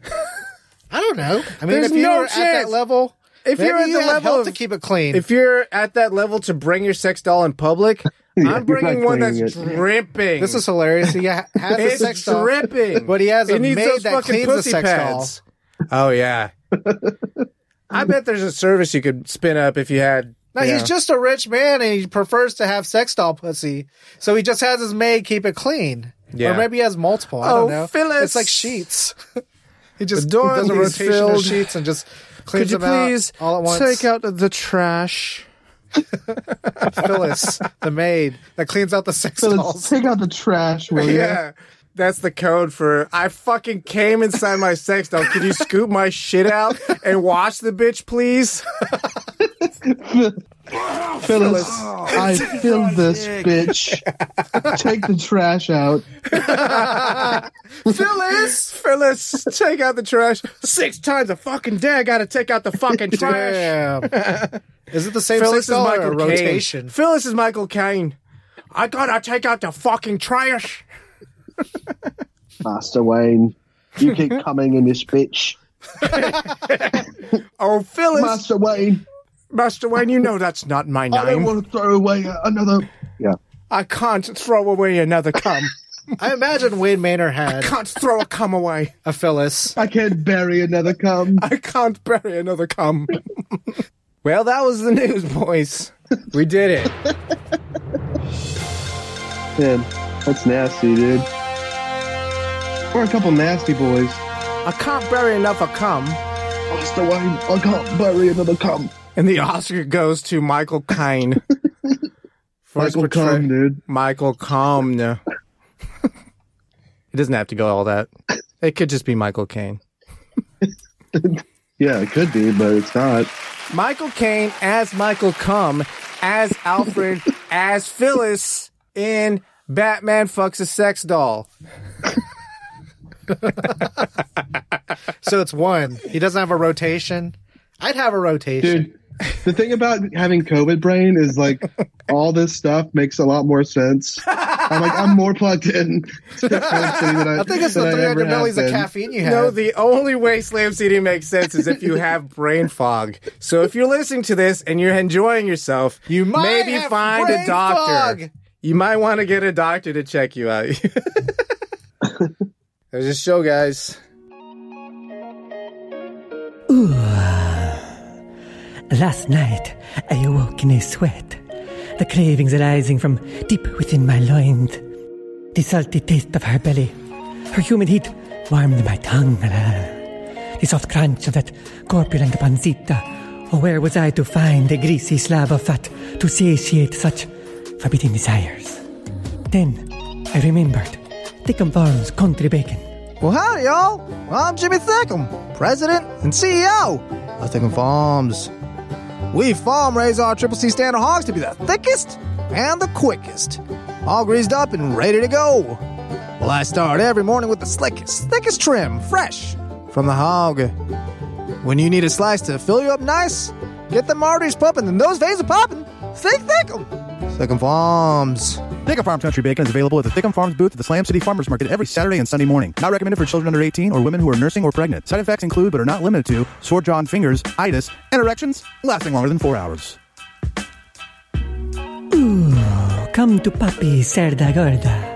Speaker 3: I don't know. I mean,
Speaker 2: There's
Speaker 3: if you
Speaker 2: no
Speaker 3: were at
Speaker 2: chance.
Speaker 3: that level,
Speaker 2: If
Speaker 3: maybe
Speaker 2: you're at
Speaker 3: you
Speaker 2: the
Speaker 3: had
Speaker 2: level
Speaker 3: help
Speaker 2: of-
Speaker 3: to keep it clean.
Speaker 2: if you're at that level to bring your sex doll in public,
Speaker 1: [LAUGHS] Yeah,
Speaker 2: I'm
Speaker 1: you're
Speaker 2: bringing
Speaker 1: not
Speaker 2: one that's
Speaker 1: cleaning it.
Speaker 2: dripping.
Speaker 3: this is hilarious. He ha- has a
Speaker 2: It's
Speaker 3: sex doll,
Speaker 2: dripping.
Speaker 3: but he has
Speaker 2: It
Speaker 3: a
Speaker 2: needs
Speaker 3: maid
Speaker 2: those
Speaker 3: that
Speaker 2: fucking
Speaker 3: cleans the
Speaker 2: pussy
Speaker 3: sex
Speaker 2: pads.
Speaker 1: [LAUGHS]
Speaker 2: Oh yeah. I bet there's a service you could spin up if you had.
Speaker 3: doll. No,
Speaker 2: you know-
Speaker 3: he's just a rich man and he prefers to have sex doll pussy, so he just has his maid keep it clean.
Speaker 2: Yeah.
Speaker 3: Or maybe he has multiple. I
Speaker 2: Oh,
Speaker 3: don't know.
Speaker 2: Phyllis.
Speaker 3: It's like sheets. [LAUGHS] he just
Speaker 2: The door
Speaker 3: does a
Speaker 2: is
Speaker 3: rotation
Speaker 2: filled.
Speaker 3: of sheets and just cleans
Speaker 2: Could you
Speaker 3: them out
Speaker 2: please
Speaker 3: all at once.
Speaker 2: take out the trash?
Speaker 3: [LAUGHS] Phyllis, the maid that cleans out the sex
Speaker 1: So let's
Speaker 2: [LAUGHS]
Speaker 3: dolls.
Speaker 1: take out the trash, will you?
Speaker 2: That's the code for I fucking came inside my sex doll. Could you scoop my shit out and wash the bitch, please?
Speaker 1: Phyllis, I filled this bitch. Take the trash out.
Speaker 2: Phyllis, Phyllis, take out the trash six times a fucking day. I gotta take out the fucking trash.
Speaker 3: Damn. Is it the same sex
Speaker 2: Phyllis is
Speaker 3: doll or
Speaker 2: Michael
Speaker 3: a
Speaker 2: Caine.
Speaker 3: rotation?
Speaker 2: Phyllis is Michael Caine. I gotta take out the fucking trash.
Speaker 1: Master Wayne, you keep coming in this bitch.
Speaker 2: Oh, Phyllis, Master,
Speaker 1: Master Wayne,
Speaker 2: Wayne, you know that's not my
Speaker 1: I don't
Speaker 2: name.
Speaker 1: want to throw away another. Yeah.
Speaker 2: I can't throw away another cum.
Speaker 3: I imagine Wayne Manor
Speaker 2: [LAUGHS]
Speaker 3: had
Speaker 2: can't throw a cum away.
Speaker 3: a Phyllis.
Speaker 1: I can't bury another cum.
Speaker 2: I can't bury another cum. [LAUGHS] well, that was the news, boys. We did it.
Speaker 1: Man, that's nasty, dude. We're a couple nasty boys.
Speaker 2: I can't bury enough of cum.
Speaker 1: Master Wayne, I can't bury another cum.
Speaker 2: And the Oscar goes to Michael [LAUGHS] Caine. First
Speaker 1: Michael
Speaker 2: portray-
Speaker 1: Cum, dude.
Speaker 2: Michael Caine. it doesn't have to go all that. It could just be Michael Caine.
Speaker 1: Yeah, it could be, but it's not.
Speaker 2: Michael Caine as Michael Cum, as Alfred, as Phyllis in Batman Fucks a Sex Doll.
Speaker 3: So it's one. He doesn't have a rotation. I'd have a rotation.
Speaker 1: Dude, [LAUGHS] the thing about having COVID brain is like all this stuff makes a lot more sense. I'm like, I'm more plugged in. to
Speaker 3: [LAUGHS]
Speaker 1: Slam City than I,
Speaker 3: I think it's the 300 millis of caffeine you have.
Speaker 2: No, the only way Slam City makes sense is [LAUGHS] if you have brain fog. So if you're listening to this and you're enjoying yourself,
Speaker 3: You might
Speaker 2: maybe
Speaker 3: have
Speaker 2: find a
Speaker 3: brain
Speaker 2: doctor.
Speaker 3: fog.
Speaker 2: You might want to get a doctor to check you [LAUGHS] out. There's a show, guys.
Speaker 11: Last night, I awoke in a sweat, the cravings arising from deep within my loins. The salty taste of her belly, her humid heat warmed my tongue. The soft crunch of that corpulent panzita. Oh, where was I to find a greasy slab of fat to satiate such forbidding desires? Then I remembered Thickum Farms country bacon.
Speaker 2: Well, howdy, y'all. Well, I'm Jimmy Thickum, president and CEO of Thickum Farms. We farm raise our Triple C standard hogs to be the thickest and the quickest, all greased up and ready to go. Well, I start every morning with the slickest, thickest trim, fresh from the hog. When you need a slice to fill you up nice, get them arteries pumping and those veins are popping. Think, think 'em. Thickum Farms.
Speaker 12: Thickum Farms Country Bacon is available at the Thickum Farms booth at the Slam City Farmers Market every Saturday and Sunday morning. Not recommended for children under 18 or women who are nursing or pregnant. Side effects include, but are not limited to, sore jaw and fingers, itis, and erections lasting longer than four hours.
Speaker 11: Ooh, come to Papi Cerda Gorda.